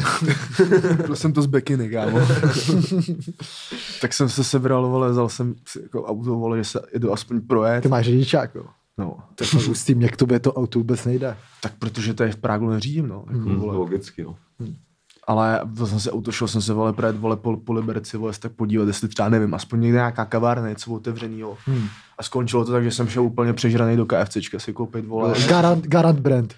C: Byl jsem to z bekiny, kámo. tak jsem se sebral, vole, vzal jsem si jako auto, vole, že se jedu aspoň projet.
B: Ty máš řidičák, jo.
C: No,
B: To je fakt hustý, mě k tobě to auto vůbec nejde.
C: tak protože tady v Prágu neřídím, no. Jako,
A: Hmm,
C: vole.
A: Logicky, no.
C: Ale vzal jsem se auto, šel jsem se, vole, projet, vole, po, po Liberci, vole, se tak podívat, jestli třeba, nevím, aspoň někde nějaká kavárna, něco otevřenýho.
B: Hmm.
C: A skončilo to tak, že jsem šel úplně přežraný do KFCčka si koupit,
B: No.
C: vole.
B: Garant, garant brand.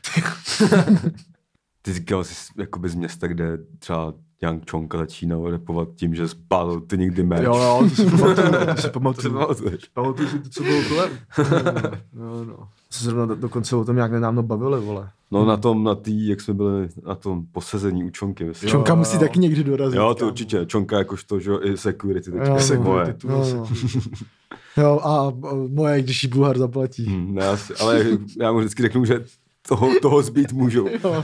A: Ty říkal jsi jakoby z města, kde třeba Yang Chonka začínal repovat tím, že spálil ty někdy meč.
C: Jo, jo, to si pamatuju, to si
A: To si
C: pamatuju.
A: pamatuješ?
C: Pamatuju si to, co bylo kolem. No, no. Se zrovna do- dokonce o tom nějak nedávno bavili, vole.
A: No na tom, na tý, jak jsme byli na tom posezení u Chonky, myslím.
B: Čonka
C: jo.
B: musí taky někdy dorazit.
A: Jo, to
B: kámo.
A: určitě. Čonka jakožto, že jo, i security teďka.
B: Jo, no.
A: Moje.
C: Security,
B: No, no. Jo, a o, moje, když ji Bulhar zaplatí.
A: Hmm, ne, asi, ale já mu vždycky řeknu, že toho, toho zbít můžu.
B: Jo,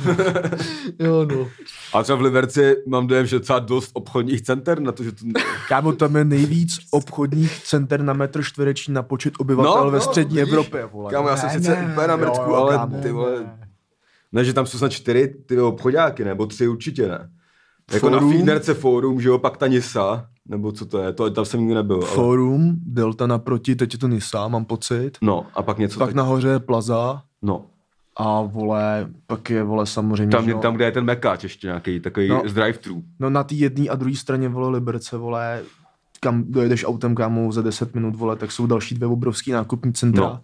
B: jo no.
A: A třeba v Liberci mám dojem, že třeba dost obchodních center na to, že to...
B: No,
C: Kámo, tam je nejvíc obchodních center na metr čtvereční na počet obyvatel
A: No,
C: ve
A: no,
C: střední
A: vidíš?
C: Evropě, vole.
A: Kámo, já
B: Ne,
A: jsem sice
B: ne,
A: úplně na
C: jo,
A: mrtku,
C: jo,
A: ale
C: kámo,
A: ty vole...
B: ne.
A: Ne, že tam jsou snad čtyři ty obchodáky, nebo tři určitě ne. Jako
C: Fórum.
A: na Fínerce Fórum, že jo, pak ta Nisa, nebo co to je, to tam jsem nikdy nebyl. Ale...
C: Forum, Delta naproti, teď je to Nisa, mám pocit.
A: No, a pak něco
C: Pak
A: tak...
C: nahoře je Plaza
A: No,
C: a vole, pak je vole samozřejmě, že jo.
A: tam, tam, kde je ten mekáč ještě nějaký, takový
C: No.
A: no. z drive-thru.
C: No na té jedné a druhé straně vole Liberce, vole, kam dojedeš autem kámo za 10 minut, vole, tak jsou další dvě obrovský nákupní centra.
A: No.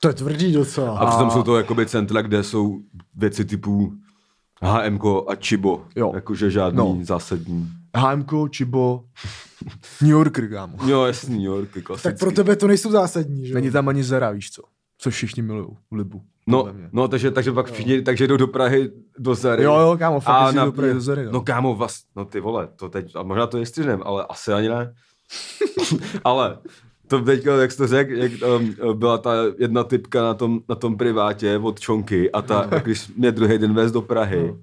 B: To je tvrdý docela.
A: A přitom jsou to jakoby centra, kde jsou věci typů HM a Chibo.
C: Jo.
A: Jakože žádný
C: No.
A: no. zásadní.
C: HMko, Čibo, New Yorker, kámo.
A: Jo, jasný, New York, klasicky.
B: tak pro tebe to nejsou zásadní, že jo?
C: Není tam ani zera, víš co? Co všichni milují v Libu.
A: No,
C: podle mě.
A: no takže, takže pak všichni, takže jdou do Prahy do Zery.
C: Jo, jo, kámo, fakt jezdí do Prahy do Zery,
A: no.
C: no.
A: no kámo, vás, no ty vole, to teď, a možná to je střinem, ale asi ani ne. ale to teďka, jak jsi to řekl, jak um, byla ta jedna typka na tom, na tom privátě od Čonky a ta, no. když mě druhý den vez do Prahy, no.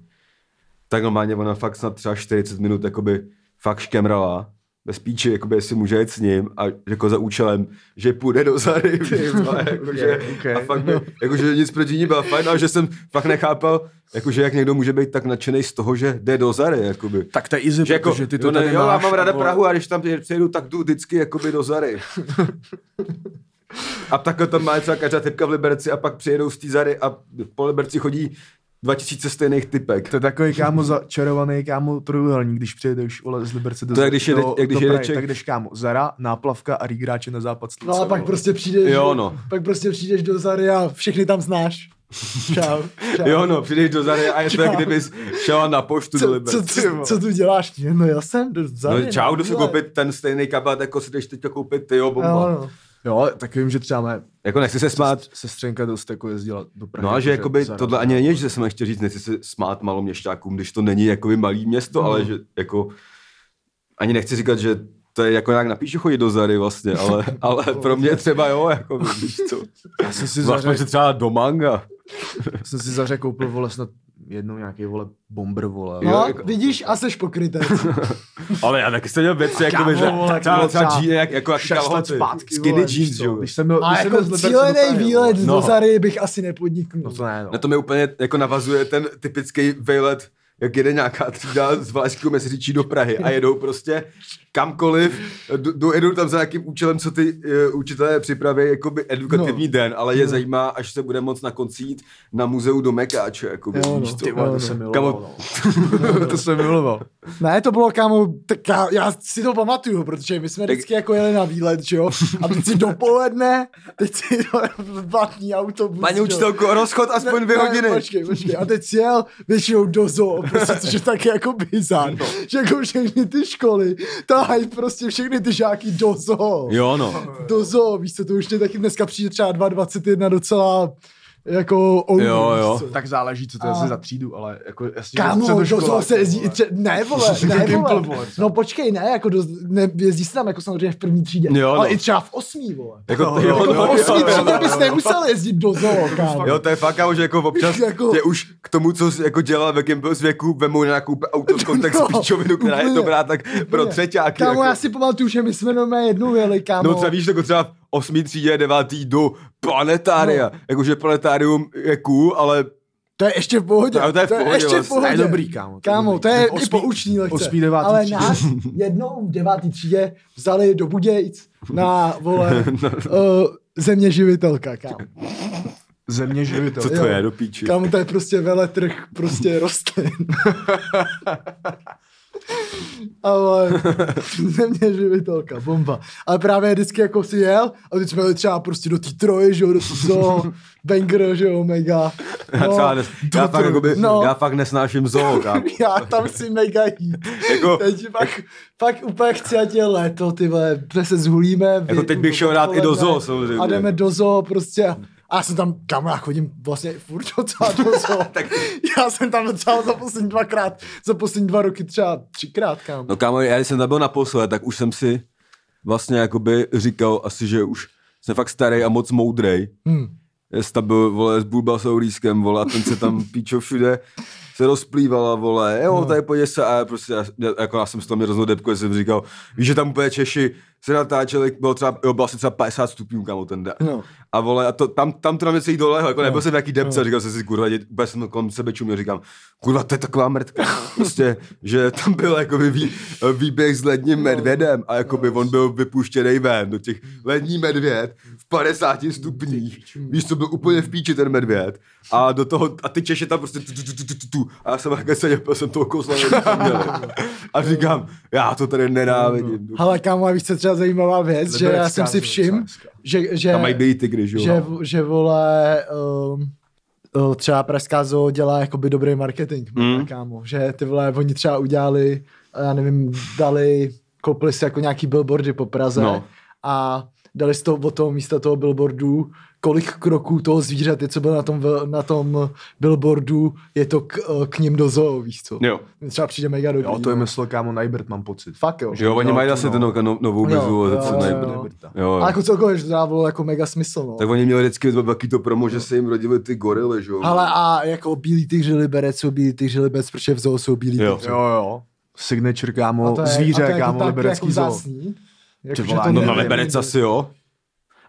A: tak normálně ona fakt snad třeba 40 minut jakoby fakt škemrala bez píči, jakoby jestli může jet s ním a jako za účelem, že půjde do Zary, ty vole, jakože,
C: okay.
A: a fakt mi, jakože nic proti ní byla fajn, ale že jsem fakt nechápal, jakože jak někdo může být tak nadšený z toho, že jde do Zary, jakoby.
C: Tak to je easy,
A: Že jako,
C: protože ty to
A: jo, ne,
C: tady
A: jo, já
C: máš,
A: mám ráda
C: vole.
A: Prahu a když tam přejdu, tak jdu vždycky jakoby do Zary. a takhle tam má třeba každá typka v Liberci a pak přijedou z té Zary a po Liberci chodí 2000 stejných typek.
C: To je takový kámo začarovaný kámo trojuhelník, když přijedeš vole, z Liberce do,
A: To je, když jede-
C: do,
A: jak když
C: do
A: jede
C: Prahy,
A: Čech.
C: tak jdeš kámo Zara, náplavka a rýgráče na západ slunce.
B: No a pak
C: vole.
B: prostě přijdeš,
A: Jo, no.
B: pak prostě přijdeš do Zary a všechny tam znáš. Čau. čau.
A: Jo no, přijdeš do Zary a je to, jak
B: Čau.
A: kdybys šel na poštu do
B: co, co,
A: Liberce.
B: co, co, tu děláš? No já jsem do Zary.
A: No, čau, jdu si
B: vole.
A: koupit ten stejný kabát, jako si jdeš teď koupit ty jo, bomba.
B: Jo, no.
C: Jo, tak vím, že třeba mé
A: Jako nechci se smát,
C: sestřenka dost jako jezdila do Prahy.
A: No a že
C: takže
A: jakoby
C: Zara-
A: tohle ani není, že jsem nechtěl říct, nechci se smát
C: No.
A: malou měšťákům, když to není jakoby malý město, ale že jako ani nechci říkat, že to je jako nějak napíšu chodit do Zary vlastně, ale, ale pro mě třeba jo, jako víš co.
C: Já jsem si
A: Zvlášť
C: zařekl,
A: se třeba do manga.
C: jsem si zařekl, koupil vole snad jednou nějaký vole bomber vole.
A: Jo,
B: No,
A: jako-
B: vidíš, a seš pokrytec.
A: Ale já taky jsem měl věci, jako by,
C: kámo, vole, jak
A: třeba,
C: bylo
A: třeba,
C: třeba
A: dží- jak, jako jak
C: Šest let
A: kalhoty,
C: zpátky,
A: skinny
C: vole,
A: jeans,
C: víš co,
A: jo.
C: Když jsem byl,
B: A
C: když jsem
B: jako
C: byl z Liberce do
B: cílený
C: Prahy, vole.
B: výlet no. do
A: No.
B: Zary bych asi nepodniknul.
C: No to ne, no.
A: Na tom je úplně, jako navazuje ten typický vejlet, jak jede nějaká třída z Valašského Meziříčí do Prahy a jedou prostě kamkoliv, jdu- jdu- jedou tam za nějakým účelem, co ty uh, učitelé připraví, jakoby edukativní no. den, ale je no. zajímá, až se bude moc na konci jít na muzeu do Mekáče, jako
B: Jo,
A: víš
B: no.
A: co.
C: Ty vole,
B: Jo,
C: to
B: no.
C: jsem
A: Kamo-
C: miloval. no. To jsem miloval.
B: Ne, to bylo, kámo, tak já, já si to pamatuju, protože my jsme
A: Tak-
B: vždycky jako jeli na výlet, že jo, a teď si dopoledne, teď si vatní autobus.
A: Paní
B: jo.
A: učitelko, rozchod aspoň dvě
B: Ne, ne,
A: hodiny.
B: Počkej, počkej, a teď si jel většinou do zoo, prostě, což je taky jako bizar, no. že jako všechny ty školy tahají prostě všechny ty žáky do zoo.
A: Jo no.
B: Do zoo, víš co, to už mě taky dneska přijde třeba 2,21 docela jako over,
A: Jo,
B: víš
A: jo.
B: co.
C: Tak záleží, co to je
B: A-
C: asi za třídu, ale jako jasně, že
B: Kámo, do toho
C: středoškoláku,
B: se jezdí,
C: vole.
B: tře- ne vole, ne
C: Gimpl,
B: vole.
C: vole, co?
B: No počkej, ne, jako do, ne, jezdí se tam jako samozřejmě v první třídě,
A: Jo,
B: ale
A: no.
B: i třeba v osmí, vole.
A: Jako,
C: No,
A: jo,
C: jako
B: Jako
A: jo,
B: v
A: jo,
B: osmí
A: jo,
B: třídě
A: jo.
B: bys nemusel jezdit do zoo, kámo.
A: Jo, to je fakt, kámo, že jako občas
B: Jako-
A: jako... tě už k tomu, co jsi jako dělal ve Campbell's věku, vemou nějakou auto v kontextu
B: No,
A: no, pičovinu, která je
B: úplně.
A: dobrá, tak pro
B: Úplně.
A: třeťáky.
B: Kámo,
A: jako.
B: já si pamatuju, že my jsme normálně jednou jeli, kámo.
A: No třeba víš, jako třeba v 8. třídě, 9. do planetária. No. Jakože planetárium je cool, ale
B: To je ještě v pohodě.
A: No, to je v pohodě,
B: ještě v
A: vlastně.
B: pohodě.
C: To je dobrý, kámo, to je
B: Kámo,
C: dobrý.
B: to je
C: Osmý-
B: i pouční lekce.
C: osmý, devátý
B: Ale
C: třídě.
B: nás jednou v devátý třídě vzali do Budějc na, vole,
A: No.
B: uh, země živitelka, kámo.
C: Země živitel.
A: co to
B: No, Jo.
A: je do píči.
B: Kámo, to je prostě veletrh prostě rostlin. Ale země živitelka, bomba. Ale právě vždycky jako si jel a teď jsme jeli třeba prostě do té troje, že jo, do toho banger, že jo, mega.
A: Já, třeba nes, já, fakt, jakoby,
B: no.
A: já fakt nesnáším zoo, kámo.
B: Já tam si mega jít.
A: Jako-
B: teď pak, pak úplně chci, ať je léto, ty vole, kde se zhulíme. vyjedu
A: Jako teď bych
B: do
A: šel rád i do
B: dopoledne
A: zoo, samozřejmě.
B: A jdeme do zoo prostě. a- A já jsem tam, kam já chodím vlastně furt docela do zoo. tak... Já jsem tam docela za poslední dvakrát, za poslední dva roky třeba třikrát, kam.
A: No kámo, já když jsem tam byl naposled, tak už jsem si vlastně jakoby říkal asi, že už jsem fakt starý a moc moudrej.
B: Hmm.
A: Jesta byl, vole, s Bulbasaurískem, vole, a ten se tam píčo všude se rozplývala, vole, jo, no. tady pojď se, a já prostě, já, já- jako já jsem se tam mě rozhodl depku, jsem říkal, víš, že tam úplně Češi se natáčeli, bylo třeba, jo, bylo asi třeba 50 stupňů, kámo, ten den.
B: No.
A: A vole, a to, tam, tam to na mě celý dole, jako nebyl jsem nějaký depce, říkal jsem si, kurva, dě, úplně jsem kolem sebe čuměl, říkám, kurva, to je taková mrtka. prostě, že tam byl jakoby vý, výběh s
B: No.
A: ledním medvědem a jakoby on byl vypuštěný ven do těch lední medvěd v 50 stupních. Víš, to byl úplně v píči ten medvěd. A do toho, a ty Češi tam prostě tu, tu, tu, tu, tu, tu, tu. A já jsem jak seděl, byl jsem toho kousla. A říkám, já to tady nenávidím.
B: Hele, kámo, a víš, co je třeba zajímavá věc, že já
C: Liberecká
B: jsem si
C: zoo,
B: všiml,
C: Liberecká.
B: že, že,
A: Tam mají být tygry, že
B: že,
A: jo?
B: v- že vole, um, uh, třeba Pražská zoo dělá jakoby dobrý marketing, mm. kámo, že ty vole, oni třeba udělali, já nevím, dali, koupili si jako nějaký billboardy po Praze no.
A: No.
B: a dali z toho, od toho místa toho billboardu, kolik kroků toho zvířete, co bylo na tom, vil- na tom billboardu, je to k, e, k ním do zoo, víš co?
A: Jo.
B: Třeba přijde mega dobrý.
C: Jo, to je
B: no.
C: myslel kámo Najbert, mám pocit.
B: Fakt jo.
A: Že jo, oni
C: No,
A: mají
C: to
A: zase
C: no.
A: ten no, no- novou
B: Jo,
A: bezu,
B: jo,
A: ale co
B: jo,
A: nej...
B: jo.
A: Jo,
B: A
A: jo.
B: jako celkově, že to dávalo jako mega smysl, no.
A: Tak oni měli vždycky velký to promo, že se jim rodily ty gorily, že jo.
B: Ale a jako bílý tygři liberec jsou bílý tygři liberec, protože v zoo jsou bílý
A: Jo.
B: tygři.
C: Jo, jo. Signature,
B: A
C: kámo,
B: to je- a
C: zvíře,
B: to je
C: kámo,
B: tak
C: liberecký
B: jako
C: zoo.
B: zásný, jako,
C: Ty
B: že
C: vole,
B: to
A: No
C: ne,
A: na
B: nevím.
A: Liberec asi jo.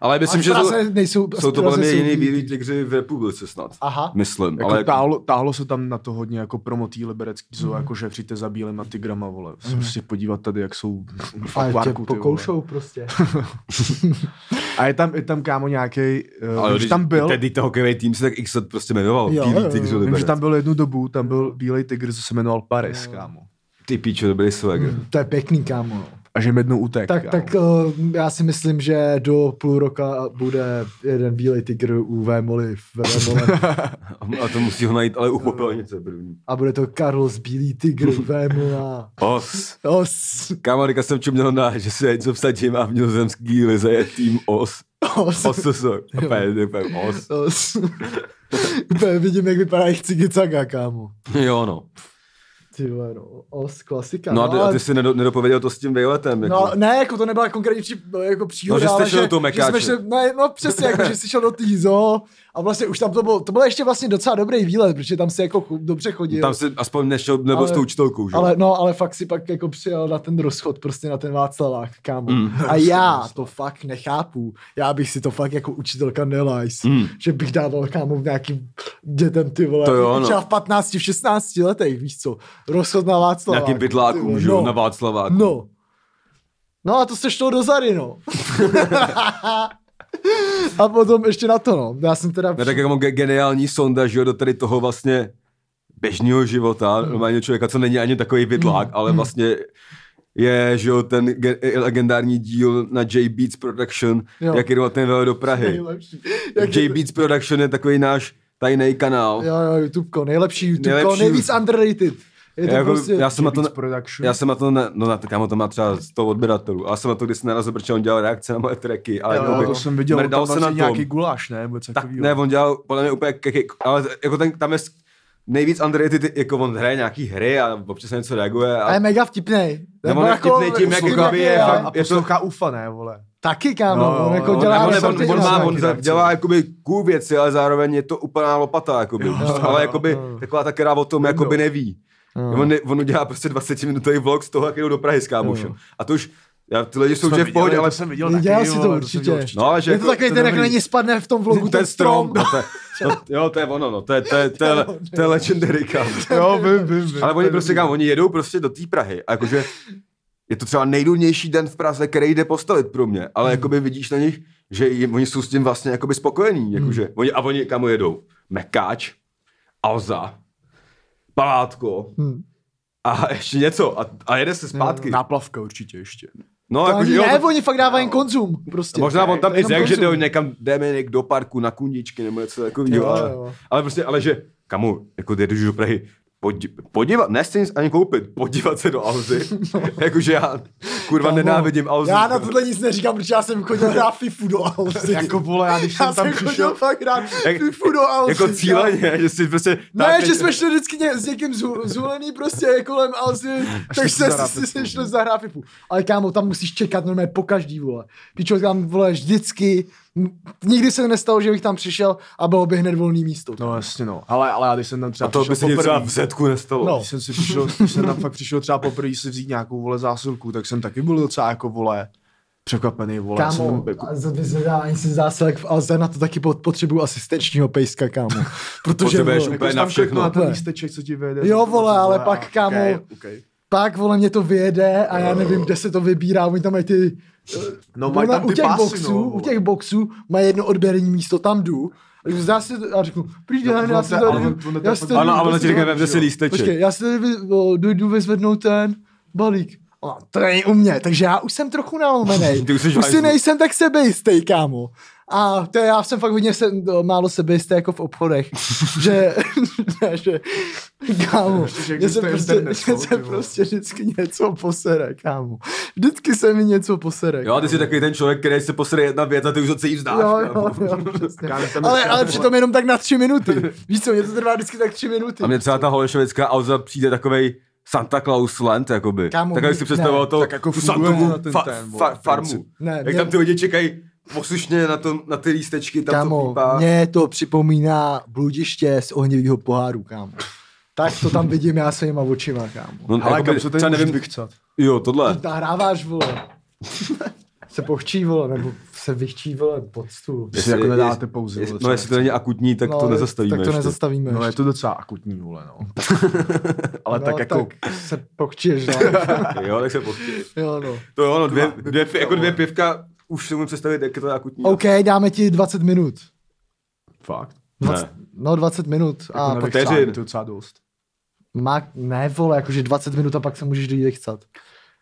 A: Ale myslím,
B: A v
A: že to,
B: Praze nejsou, v
A: jsou to podle
B: Praze
A: mě
B: jsou
A: jiný bílí tygři v republice snad.
B: Aha.
A: Myslím,
C: Jako
A: ale
C: ale...
A: jako,
C: táhlo, táhlo, se tam na to hodně jako promotý liberecký
B: Mhm.
C: zoo, jako že přijďte za bílema tigrama, vole. Mm. Prostě podívat tady, jak jsou v
B: A tě
C: akvárku, ty vole.
B: pokoušou prostě.
C: A je tam, je tam kámo nějaký,
A: ale
C: uh, když tam byl,
A: Tedy ten hokejový tým se tak x let prostě jmenoval.
B: Jo,
A: Jo,
B: jo,
A: bílí tygři
B: jo.
C: vím, že
A: Liberec.
C: tam byl jednu dobu, tam byl bílej tygr, co se jmenoval Paris, kámo.
A: Ty píčo, dobrý swag.
B: To je pěkný, kámo. no.
C: A že mi jednou utek,
B: Tak,
C: kámo.
B: tak uh, já si myslím, že do půl roka bude jeden bílej tygr u Vémoli ve Vémole Hmm.
A: A to musí ho najít, ale u popelnice první.
B: a bude to Carlos bílý tygr u Vémola.
A: Os.
B: Os,
A: Kámo, říkal jsem čuměl na, že se něco vsadím a v nizozemský lize je tým os.
B: os,
A: Os, os, os. A pojede, pojede, os.
B: os. Úplně vidím, jak vypadá jejich cigicaga, kámo.
A: Jo, no.
B: Ty vole, no, os, klasika.
A: No a ty, a
B: ale-
A: ty jsi nedo, nedopověděl to s tím vejletem. Jako.
B: No, ne, jako to nebyla konkrétní při, jako příhoda,
A: No, že jste
B: ale
A: šel do toho
B: že
A: mekáče.
B: jsme šli, ne, no přesně, jako, že jsi šel do té zoo a vlastně už tam to bylo, to byl ještě vlastně docela dobrý výlet, protože tam si jako chu- dobře chodil.
A: Tam si aspoň nešel, nebo
B: Ale-
A: s tou učitelkou, že? jo?
B: Ale no, ale fakt si pak jako přijel na ten rozchod, prostě na ten Václavák, kámo.
A: Mm.
B: A já to fakt nechápu. Já bych si to fakt jako učitelka nelajs,
A: Mm.
B: že bych dával kámo v nějakým dětem ty vole.
A: To jo, no.
B: Třeba v 15, v 16 letech, víš co. Rozchod na Václavák.
A: Nějakým
B: ty vole,
A: bydlákům, že jo, na Václaváku.
B: No. No a to se šlo do zady, no. a potom ještě na to, no. Já jsem teda...
A: Ne, tak jako ge- geniální sonda, že jo, do tady toho vlastně běžného života, normálně člověka, co není ani takový vidlák, ale vlastně je, že jo, ten ge- i legendární díl na J Beats Production,
B: Jo.
A: jak jdu ten velo do Prahy.
B: nejlepší.
A: J Beats Production je takový náš tajný kanál.
B: Jo, jo, YouTubeko, nejlepší YouTubeko,
A: Nejlepší
B: nejvíc underrated. Je to
A: Jako,
B: prostě...
A: já jsem na to,
C: Beats Production.
A: já jsem na to, ne, no na to, kámo, to má třeba 100 odběratelů, ale jsem na to, když jsem narazil, protože on dělal reakce na moje tracky. A
C: Jo,
A: jakoby
C: to jsem viděl,
A: mrdal
C: tam
A: se
C: se
A: na tom.
C: nějaký guláš, ne? Nebo něco
A: Tak
C: takovýho.
A: ne, on dělal podle mě úplně keky, ale jako ten, tam je s- nejvíc underrated, jako on hraje nějaký hry a občas na něco reaguje.
B: A je
A: A,
B: mega vtipnej. jako
A: Nebo on je vtipnej tím, jak
B: vtipnej
A: jakoby je
B: jo.
A: fakt-
C: a
A: je to-
C: poslouchá ufa, ne, vole.
B: Taky, kámo,
C: No,
B: on jako
C: jo,
A: on,
B: dělá...
A: nebo ne,
B: resorty
A: on, on,
B: na
A: má,
B: sebe.
A: on za- dělá jakoby cool věci, ale zároveň je to úplná lopata, jakoby, jo,
C: jo,
A: ale
C: jo,
A: jakoby
C: jo.
A: taková ta, která o tom jakoby neví.
B: Jo.
A: On, ne, on udělá prostě 20 minutový vlog z toho, jak jdu do Prahy s kámošem. A to už, já, ty lidi jsou
C: To
A: že
C: jsme
A: v pohodě,
C: viděli,
A: ale
C: to jsem viděl
B: Dělal
C: taky,
B: si to
C: vole, jsem
B: určitě.
C: viděl určitě.
A: No, ale že
B: Je to takový ten, jak na
A: dobrý.
B: něj spadne v tom vlogu ten strom.
A: No, to je, no, jo, to je ono, no, to je, to je, to je, to je legendary, kámo.
C: Jo, vím, vím, vím.
A: Ale oni
C: To je
A: prostě,
C: dobrý.
A: kam, oni jedou prostě do té Prahy. A jakože je to třeba nejdůležitější den v Praze, který jde postavit pro mě. Ale
B: Mhm.
A: jakoby vidíš na nich, že jim, oni jsou s tím vlastně jakoby
B: Mhm.
A: spokojení. Jakože, oni, a oni kam jedou? Mekáč, Alza, Palátko
B: Hm.
A: a ještě něco. A, a jede se zpátky.
C: Náplavka určitě ještě.
A: No,
B: To
A: jakože,
B: ani
A: jo,
B: ne,
A: to-
B: oni fakt dávají jen konzum. Prostě.
A: Možná on tam
B: To je
A: i
B: jenom
A: řekl, že
B: konzum.
A: jde někam, jdeme něk do parku na kundičky nebo něco takového.
B: Jo,
A: Ale,
B: jo.
A: ale prostě, ale že, kamu, jako jedu do Prahy, podí, podívat, ne si nic ani koupit, podívat se do Alzy. Jakože já, kurva,
B: No. Kámo,
A: nenávidím Alzu.
B: Já na tohle nic neříkám, protože já jsem chodil hrát FIFU do Alzy.
C: Jako vole, já když
B: já
C: jsem
B: jsem
C: tam
B: chodil
C: přišel,
B: fakt hrát
A: Jak-
B: FIFU do Alzy.
A: Jako
B: kámo.
A: cíleně, že si prostě...
B: Ne,
A: tak-
B: že jsme šli vždycky ně, s někým zhu- zhulený prostě je kolem Alzy, tak
C: si
B: se
C: zahrát
B: si- si šli zahrát pipu. Ale kámo, tam musíš čekat normálně po každý, vole. Pičo, tam, vole, vždycky. M- Nikdy se nestalo, že bych tam přišel a bylo by hned volný místo.
C: No jasně no, ale, ale já když jsem tam třeba
A: A to by se
C: přišel
A: mě třeba
C: poprvé,
A: v Zetku nestalo.
B: No.
A: No.
C: když jsem, si přišel, když jsem tam fakt přišel třeba poprvé si vzít nějakou vole zásilku, tak jsem taky byl docela jako vole překvapený vole. Já jsem
B: Kámo,
C: tam jako,
B: a za vyzvedání si zásilek v Alze na to taky pot- potřebuju asistenčního pejska, kámo. Protože,
A: Potřebuješ
B: vole,
A: úplně
C: jsi
A: na
C: jako tam
A: všechno.
C: kouknul ten
B: Vole.
C: lísteček, co ti vyjede.
B: Jo, vole, ale
C: a-
B: pak, kámo,
C: okej, okej.
B: pak, vole, mě to vyjede a já nevím, kde se to vybírá, oni tam mají ty
C: No
B: No,
C: mají
B: na,
C: tam
B: u,
C: ty
B: těch
C: pásy,
B: boxů,
C: no,
B: u
C: vole.
B: těch boxů má jedno odběrné místo, tam jdu. A když zdá se, a řeknu, přijď,
C: No,
B: já, já
C: on
B: si
C: to-
B: tady
C: ale
B: jdu-
C: on to-
B: já si tady
A: Ano,
B: jdu
A: a ona ti
B: prostě-
A: říká, vemte si
B: Počkej,
A: lísteček.
B: já si tady vy, o, dojdu vyzvednout ten balík. A to není u mě, takže já už jsem trochu nalomený.
A: Ty už jsi
B: už si
A: žvajzl.
B: nejsem tak sebejistý, kámo. A to je, já jsem fakt hodně se, o, málo sebejistý jako v obchodech. že, ne, že, kámo,
C: že
B: mě se
C: existuje
B: prostě,
C: internet,
B: mě
C: no,
B: se
C: ty vole.
B: prostě vždycky něco posere, kámo. Vždycky se mi něco posere.
A: Jo, a ty jsi takový ten člověk, který se posere jedna věc a ty už ho celý vzdáš.
B: Jo,
A: kámo.
B: jo, jo, přesně.
C: Kámo, tam je
B: ale,
C: třeba,
B: ale
C: vole.
B: přitom jenom tak na tři minuty. Víš co, mě to trvá vždycky tak tři minuty.
A: A mě třeba ta holešovická auza přijde takovej Santa Claus Land, jakoby.
B: Kámo,
A: tak jak si
B: ne.
A: představoval to,
C: Tak jako
A: tu
C: funguje
A: Santovu
C: na ten
A: fa-
C: ten, vole,
A: fa- farmu.
C: princip.
B: Ne,
A: jak
B: mě-
A: tam ty lidi čekají poslušně na, to, na ty lístečky, tam to
B: Kámo,
A: pípá.
B: mě to připomíná bludiště z ohnivého poháru, kámo. Tak to tam vidím já svýma očima, kámo.
A: No,
C: Ale
A: jakoby,
C: kam se
A: třeba
C: tady nevím vychcat?
A: Jo, tohle.
B: Nahráváš, vole. Se pochčí, vole, nebo se vychčí, vole, pod stůl. No,
C: Jestli jako nedáte pauzu,
A: jestli-
C: vole,
A: No,
C: co
A: jestli to není akutní, tak to nezastavíme
B: Tak to
A: ještě.
B: nezastavíme
C: No je
B: ještě.
C: to docela akutní, vole, no. Ale
B: No,
C: tak jako...
B: Tak se pochčíš, no.
A: Jo, tak se pochtěj.
B: jo, no.
A: To jo, no, dvě, dvě, jako dvě pivka, už si můžu představit, jak je to akutní.
B: OK, dáme ti 20 minut.
C: Fakt.
B: 20,
A: Ne.
B: no, 20 minut. A
C: Jako na
B: pak
A: vteřin.
C: vychcání to je docela dost.
B: Má, ne vole, jakože 20 minut a pak se můžeš dojít chcat.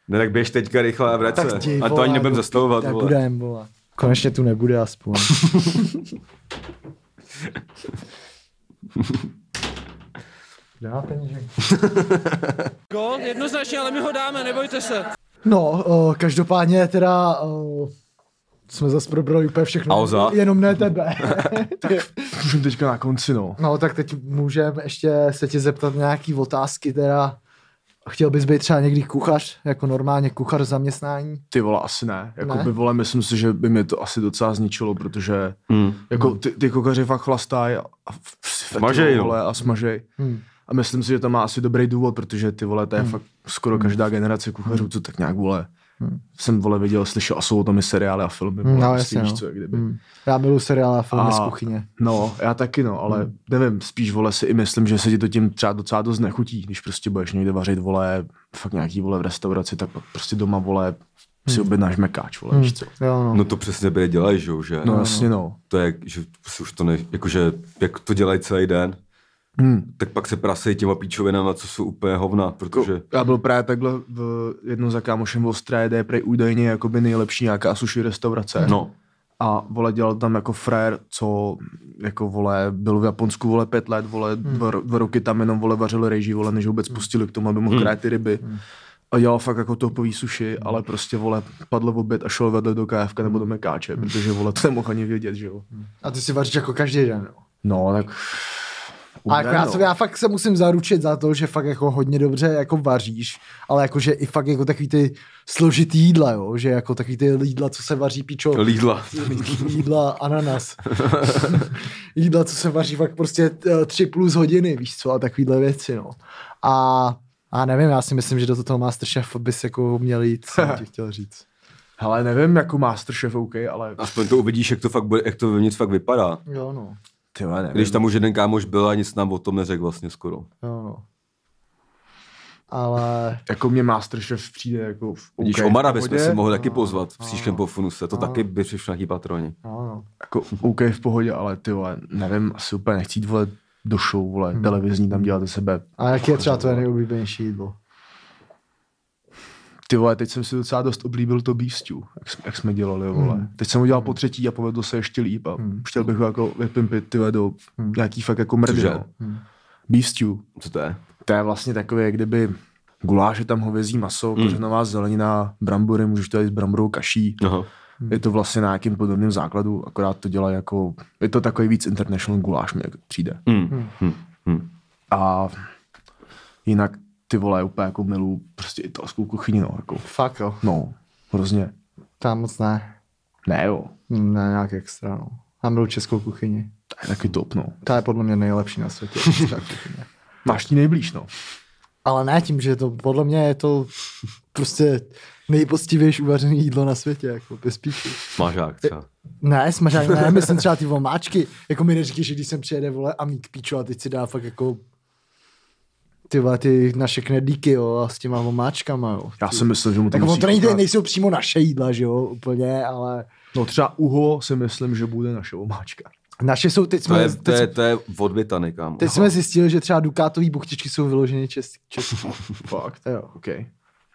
A: Ne, tak běž teďka rychle a vrať se. A to ani nebudem zastavovat,
B: vole.
A: vole.
B: Nebudem, vole. Konečně tu nebude aspoň. Dá peníze.
E: Gol, jednoznačně, ale my ho dáme, nebojte se.
B: No, o, každopádně teda o, jsme zase probrali úplně všechno.
A: Auza.
B: Jenom ne tebe.
C: Už jsem teďka na konci, no.
B: no tak teď můžeme ještě se tě zeptat nějaký otázky teda A chtěl bys být třeba někdy kuchař, jako normálně kuchař zaměstnání?
C: Ty vole, asi ne. Jako
B: Ne?
C: by vole, myslím si, že by mě to asi docela zničilo, protože
A: Hmm.
C: jako ty, ty kokaři fakt chlastají a, a f-
A: Smažej, no.
C: vole, a smažej.
B: Hmm.
C: A myslím si, že to má asi dobrý důvod, protože ty vole, to je fakt skoro
B: Hmm.
C: každá generace kuchařů, co tak nějak vole. Jsem vole viděl, slyšel a jsou tam i seriály a filmy. Vole,
B: No,
C: prostě
B: jasně,
C: víš
B: no.
C: co, jak kdyby.
B: Hmm. Já miluji seriál a filmy
C: A-
B: z kuchyně.
C: No, já taky no, ale nevím, spíš vole si i myslím, že se ti to tím třeba docela dost nechutí, když prostě budeš někde vařit vole, fakt nějaký vole v restauraci, tak pak prostě doma vole si objednáš mekáč, vole, víš co.
B: Jo, no.
A: No to přesně byli dělají, že jo, že?
C: Hmm. No, jasně no.
A: To je, že si už to ne, jakože, jak to dělají celý den,
C: Hmm.
A: tak pak se prasejí těma píčovinama, co jsou úplně hovna, protože...
C: Já byl právě takhle v jednou za kámošem v Ostré, kde je prej údajně jakoby nejlepší nějaká sushi restaurace.
A: No,
C: A vole dělal tam jako frajer, co jako vole, byl v Japonsku vole pět let, vole
B: Hmm.
C: dva, ro- dva roky tam jenom vole vařil rejži, vole než ho vůbec pustili k tomu, aby
A: Hmm.
C: mohl krát ty ryby.
B: Hmm.
C: A dělal fakt jako topový suši, ale prostě vole padl v oběd a šel vedle do KFK nebo
B: Hmm.
C: do Mekáče, protože vole to nemohl ani vědět, že jo.
B: A ty si vaříš jako každý den.
C: No tak...
B: A jako já,
C: Uber,
B: se,
C: no.
B: já fakt se musím zaručit za to, že fakt jako hodně dobře jako vaříš, ale jakože i fakt jako takový ty složitý jídla, jo? že jako takový ty jídla, co se vaří pičo,
A: lídla.
B: jídla ananas, jídla, co se vaří fakt prostě eh, tři plus hodiny, víš co, a takovýhle věci, no. A, a nevím, já si myslím, že do toho Masterchef bys jako měl jít, jsem ti chtěl říct.
C: Hele, nevím, jako Masterchef, OK, ale...
A: Aspoň to uvidíš, jak to fakt bude, jak to vevnitř fakt vypadá.
B: Jo, no.
C: Ty vole, nevím.
A: Když tam už jeden kámoš byl a nic nám o tom neřekl vlastně skoro.
B: Jo, no. Ale
C: Jako mě Masterchef přijde jako... v-
A: Vidíš,
C: OK, v
A: Omara bychom
C: pohodě,
A: si mohli taky pozvat v příštím po funuse, to taky by přišlo nějaký patroni.
B: no, no.
C: Jako OK v pohodě, ale ty vole, nevím, asi úplně nechci jít vole do show, vole, televizní tam dělat ze sebe.
B: A jaký je třeba tvoje nejoblíbenější jídlo?
C: Ty vole, teď jsem si docela dost oblíbil to beef stew, jak, jsme- jak jsme dělali, vole. Teď jsem ho dělal po třetí a povedlo se ještě líp a chtěl bych ho jako vypimpit, ty vole, do nějaký fakt jako mrdy,
A: Cože?
C: no.
B: Hmm.
C: Beef stew,
A: Co to je?
C: to je vlastně takové, jak kdyby guláš je tam hovězí maso, kořenová zelenina, brambory, můžeš to jít s bramborou kaší.
A: Aha.
C: Je to vlastně na nějakým podobném základu, akorát to dělá jako, je to takový víc international guláš mi přijde.
A: Hmm. Hmm. Hmm.
C: A jinak ty vole, úplně jako milu prostě italskou kuchyni, no, jako,
B: Fakt jo.
C: no, hrozně.
B: Tam moc ne.
C: Ne jo,
B: Hm, Ne, nějak extra, no. Tam byl českou kuchyni.
C: to je taky top, no.
B: Ta je podle mě nejlepší na světě. česká kuchyně.
C: Máš ti nejblíž, no.
B: Ale ne tím, že to, podle mě je to prostě nejpostivější uvařené jídlo na světě, jako bez píči.
A: Smažák třeba.
B: Ne, smažák, ne, myslím třeba ty vomáčky. Jako mi neříkej, že když sem přijede, vole, a mít píčo a teď si dá fakt jako ty vole, ty naše knedlíky, jo, a s těma vomáčkama, jo.
C: Já jsem myslel, že mu Jako to
B: Tak ono
C: musí
B: to nejde,
C: chutnat.
B: nejsou přímo naše jídla, že jo, úplně, ale
C: No třeba uho si myslím, že bude naše omáčka.
B: naše jsou, teď
A: To
B: jsme,
A: je, to
B: teď
A: je, to je odbytany, kámo.
B: Teď jsme zjistili, že třeba dukátový buchtičky jsou vyloženě český. český.
C: Fakt.
B: jo.
C: OK.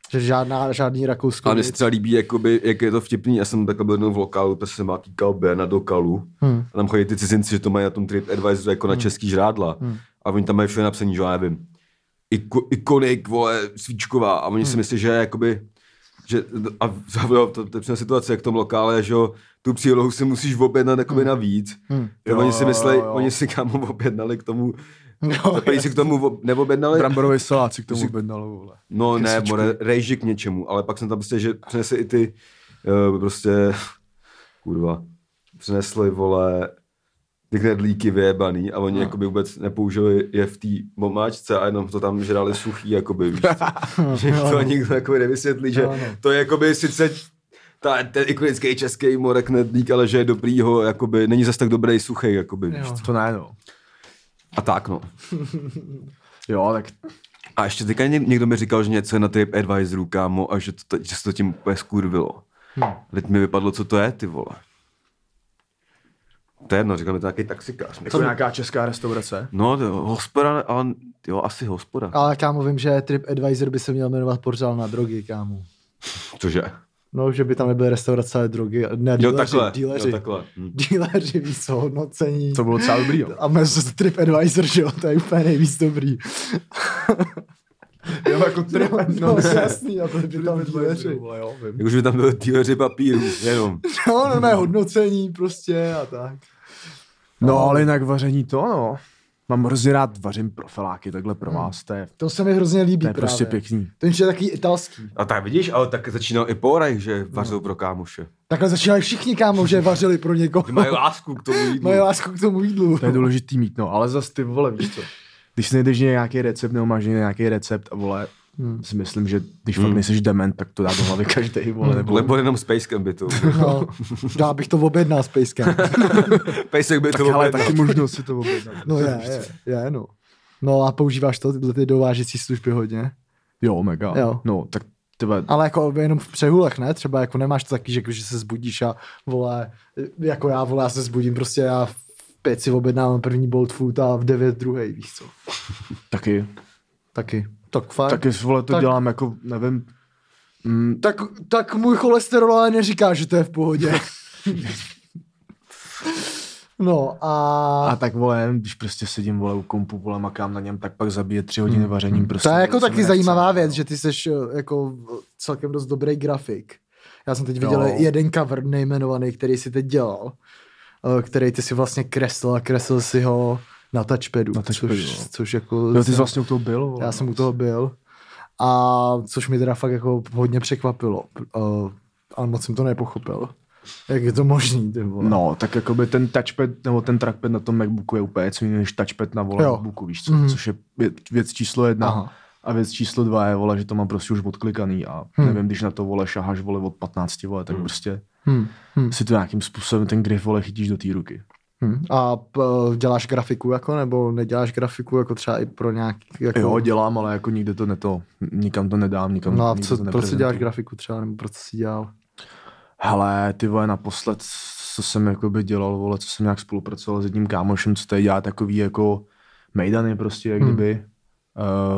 B: Že žádná, žádný rakousko.
A: A mně se třeba líbí, jakoby, jak je to vtipný. Já jsem takhle byl jednou v lokálu, protože jsem má kýkal B na dokalu.
B: Hmm.
A: Hmm. A tam chodí ty cizinci, že to mají na tom TripAdvisoru jako na český žrádla. A oni tam mají všude napsaný, že já nevím, iko, ikonik, vole, svíčková. A oni si myslí, že je jakoby, že, a jo, to, to je situace, jak v tom lokále, že jo, tu přílohu si musíš objednat jakoby navíc. Hmm. Jo, oni si
C: jo,
A: myslí,
C: jo.
A: oni si kámo objednali k tomu,
B: No,
A: no, si k tomu ob- neobjednali,
C: Bramborový salát si k tomu objednalo, vole.
A: No ne,
C: Kesičku.
A: more, rejži k něčemu, ale pak jsem tam prostě, že přinesli i ty, uh, prostě, kurva, přinesli, vole, ty knedlíky vyjebaný a oni jakoby vůbec nepoužili je v té momáčce a jenom to tam žrali suchý, jakoby, víš co? že jim to nikdo jakoby nevysvětlí, že
B: Jo, no.
A: to je jakoby sice ta, ten ikonický český more knedlík, ale že je dobrý ho, jakoby, není zas tak dobrý suchý, jakoby, víš
B: Jo.
A: co?
C: To ne, no.
A: A tak, no.
C: Jo, tak
A: A ještě teďka něk- někdo mi říkal, že něco je na Trip Advisoru, kámo, a že, to, že se to tím úplně skurvilo. Hmm. Teď mi vypadlo, co to je, ty vole. To je jedno, říkal mi to nějaký taxikář.
C: jako nějaká česká restaurace.
A: No, to jo, hospoda, ale jo, asi hospoda.
B: ale kámo, vím, že Trip Advisor by se měl jmenovat pořád na drogy, kámo.
A: Cože?
B: No, že by tam nebyly restaurace, ale drogy. Ne,
A: Jo,
B: díleři,
A: takhle.
B: díleři.
A: Jo, takhle. Hm.
B: Díleři, víc co, hodnocení.
C: To bylo docela dobrý, jo.
B: A mezi Trip Advisor, že jo, to je úplně nejvíc dobrý.
C: jo jako trip,
B: No, jasný, a to by tam díleři.
C: jo, vím.
A: Jak už by tam byly díleři papíru, jenom.
B: No, no, ne, hodnocení prostě a tak.
C: No, ale jinak vaření to, no. Mám hrozně rád vařím profiláky takhle pro vás, to je,
B: To se mi hrozně líbí
C: to je
B: právě.
C: prostě pěkný.
B: To je že takový italský.
A: A tak vidíš, ale tak začínal i Poraj, že vařil pro kámoše.
B: Takhle začínali všichni kámo, že vařili pro někoho.
A: Ty mají lásku k tomu jídlu.
B: Mají lásku k tomu jídlu.
C: To je důležitý mít, no, ale zas ty vole, víš co. Když si nejdeš nějaký recept nebo máš někde nějaký recept a vole,
B: Hmm.
C: si myslím, že když fakt nejseš dement, tak to dá do hlavy každý, vole, nebo
A: Nebo jenom Space Gambitu.
B: No, já bych to objednal s pejskem.
A: Pejsek by to
C: tak, ale
A: objednal.
C: taky možnost si to objednat.
B: No je, je, je, no. No a používáš to, tyhle ty dovážecí služby hodně.
C: Jo, mega.
B: Jo.
C: No, tak tebe,
B: Ale jako jenom v přehulech, ne? Třeba jako nemáš to taky, že, jako, že se zbudíš a vole, jako já, vole, já se zbudím, prostě já v pět si objednám první bolt food a v devět druhý, víš co.
C: taky,
B: Taky. Tak fakt.
C: taky, vole, to
B: tak-
C: dělám jako, nevím, mm,
B: Tak, tak můj cholesterol ale neříká, že to je v pohodě. No a,
C: a tak vole, nevím, když prostě sedím vole u kompu, vole makám na něm, tak pak zabije tři hodiny vařením prostě.
B: to je jako
C: vůbec se mi
B: taky
C: nechce.
B: zajímavá věc, že ty seš eh, jako celkem dost dobrý grafik. Já jsem teď viděl
C: Jo.
B: jeden cover nejmenovaný, který si teď dělal, eh, který ty si vlastně kreslil a kreslil si ho na touchpadu,
C: Na touchpadu, jo.
B: což, což jako...
C: Jo, ty jsi
B: jsem-
C: vlastně u toho byl, vole.
B: Já jsem u toho byl. A což mi teda fakt jako hodně překvapilo. Uh, ale moc jsem to nepochopil. Jak je to možný, ty vole.
C: No, tak jakoby ten touchpad, nebo ten trackpad na tom MacBooku je úplně co jiného než touchpad na vole
B: Jo.
C: MacBooku, víš co,
B: Mhm.
C: což je vě- věc číslo jedna.
B: Aha.
C: A věc číslo dva je, vole, že to mám prostě už odklikaný a
B: Hmm.
C: nevím, když na to, vole, šaháš, vole, od 15, vole, tak prostě
B: Hmm. Hmm.
C: si to nějakým způsobem ten grif, vole, chytíš do té ruky.
B: Hmm. A p, děláš grafiku jako, nebo neděláš grafiku jako třeba i pro nějaký... Jako...
C: Jo, dělám, ale jako nikde to neto, nikam to nedám, nikam
B: No a
C: nikde
B: co,
C: to
B: proč si
C: neprezentuju.
B: děláš grafiku třeba, nebo proč jsi dělal?
C: Hele, ty vole, naposled, co jsem jakoby dělal, vole, co jsem nějak spolupracoval s jedním kámošem, co tady dělá takový jako mejdany prostě, jak
B: Hmm.
C: kdyby.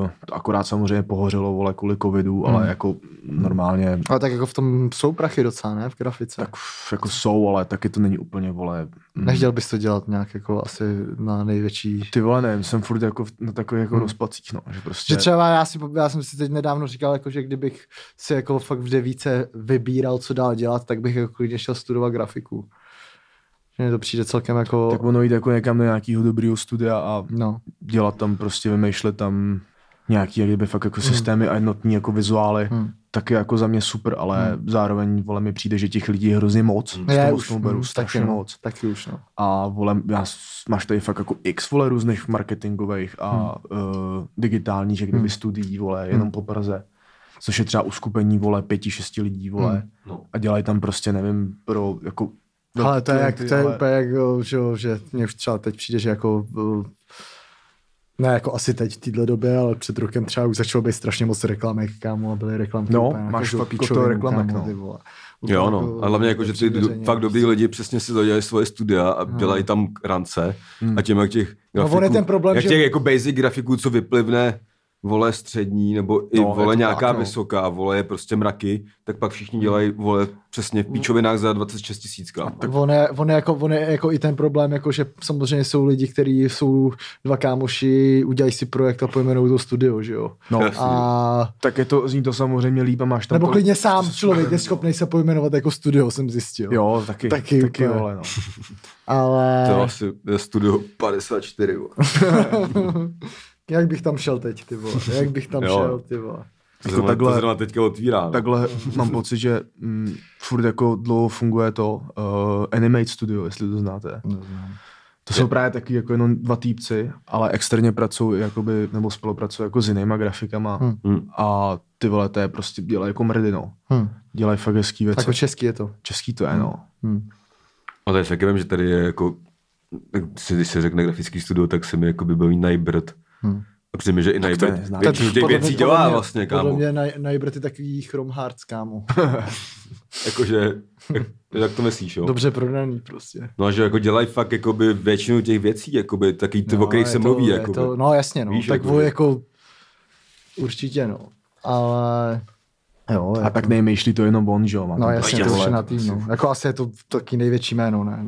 C: Eh, to akorát samozřejmě pohořelo, vole, kvůli covidu,
B: Hmm.
C: ale jako normálně,
B: Ale tak jako v tom jsou prachy docela, ne? V grafice.
C: tak f- jako jsou, ale taky to není úplně, vole, mm.
B: Nechtěl bys to dělat nějak jako asi na největší...
C: Ty vole, nevím, jsem furt jako v- na takových jako rozpacích, no, že prostě.
B: Hmm. Že třeba já, si, já jsem si teď nedávno říkal, jako, že kdybych si jako fakt v devíce vybíral, co dál dělat, tak bych jako klidně šel studovat grafiku. Že mi to přijde celkem jako...
C: Tak ono jít jako někam do nějakého dobrého studia a
B: No.
C: dělat tam prostě, vymýšlet tam nějaký, jak kdyby fakt jako systémy a jednotní jako vizuály,
B: Hmm.
C: tak je jako za mě super, ale zároveň, vole, mi přijde, že těch lidí je hrozně moc. V
B: Já
C: tom
B: už
C: už beru
B: mm,
C: strašně
B: taky,
C: moc.
B: No, taky už, no.
C: A vole, já, s- máš tady fakt jako x, vole, různých marketingových
B: Hmm.
C: a uh, digitálních, jak kdyby studií, vole, jenom po Praze. Což je třeba uskupení, vole, pěti, šesti lidí, vole.
B: Hmm.
A: No.
C: A dělají tam prostě, nevím, pro, jako...
B: Ale to je, jak,
C: klienty,
B: to je
C: ale-
B: úplně jako, že, jo, že mě už třeba teď přijde, že jako uh, ne jako asi teď v této době, ale před rokem třeba už začalo být strašně moc reklamek, kámo, a byly reklamky
C: No,
B: úplně
C: máš
B: každou
C: fakt jako
B: píčovinu,
C: toho reklamek,
B: kámo,
C: no.
B: ty vole. Úplně
A: Jo,
B: jako
A: no. A hlavně jako, že ty
B: nepřiměřeně.
A: do, fakt dobrý lidi přesně si dodělají svoje studia a dělají tam rance a těm jak těch
B: Hmm. No, on
A: grafiků,
B: je ten problém,
A: jak
B: že-
A: těch jako basic grafiků, co vyplivne vole střední nebo i
C: No, je
A: vole
C: to
A: nějaká
C: tak, no.
A: vysoká, vole je prostě mraky, tak pak všichni dělají
B: Hmm.
A: vole přesně v píčovinách za 26 tisíc, kámo.
B: On je, on, je jako, on je jako i ten problém, jako že samozřejmě jsou lidi, kteří jsou dva kámoši, udělají si projekt a pojmenou to studio, že jo.
C: No,
A: Jasně.
B: A
C: tak je to, zní to samozřejmě líp a máš tam...
B: nebo
C: to-
B: klidně sám člověk je schopný se pojmenovat jako studio, jsem zjistil.
C: Jo, taky,
B: Taky
C: taky, taky
B: úplně.
C: vole, no.
B: Ale...
A: To je asi je studio 54, vole.
B: Jak bych tam šel teď, ty vole? Jak bych tam
A: Jo.
B: šel, ty vole?
A: To zrovna,
C: takhle-
A: to zrovna teďka otvírá. no.
C: Takhle mám pocit, že mm, furt jako dlouho funguje to uh, Animate Studio, jestli to znáte. To jsou právě taky jako jenom dva týpci, ale externě pracují jakoby, nebo spolupracují jako s jinýma grafikama
A: Hmm.
C: a ty vole, to je prostě, dělají jako mrdino.
B: Hm.
C: Dělají fakt hezký věci.
B: Jako český je to.
C: Český to je, no.
B: Hm.
A: A tady taky vím, že tady je jako, tak si, když se řekne grafický studio, tak se mi jako vybaví Najbrd.
B: Hmm.
A: A přijde mi, že i Najbrd
C: neznám.
A: většinu těch věcí dělá vlastně,
B: Podle
A: kámo. No.
B: mě naj- najbret je takový Chrome Hearts, kámo.
A: Jakože, jak, jak to myslíš, jo?
B: Dobře prodaný prostě.
A: No a že jako dělají fakt jakoby většinu těch věcí, jakoby taky ty, no, o kterých
B: je
A: se
B: to-
A: mluví,
B: je
A: jakoby.
B: To, no jasně, no. Víš,
A: Víš,
B: tak
A: jako,
B: jako,
A: že-
B: jako... Určitě, no. Ale... Jo,
C: A tak nejmýšlí to jenom on, že jo? má
B: jako- No
C: tam
B: jasně,
C: prostě,
B: to už
C: vole,
B: je na tým, no. Jako asi je to taky největší jméno, ne?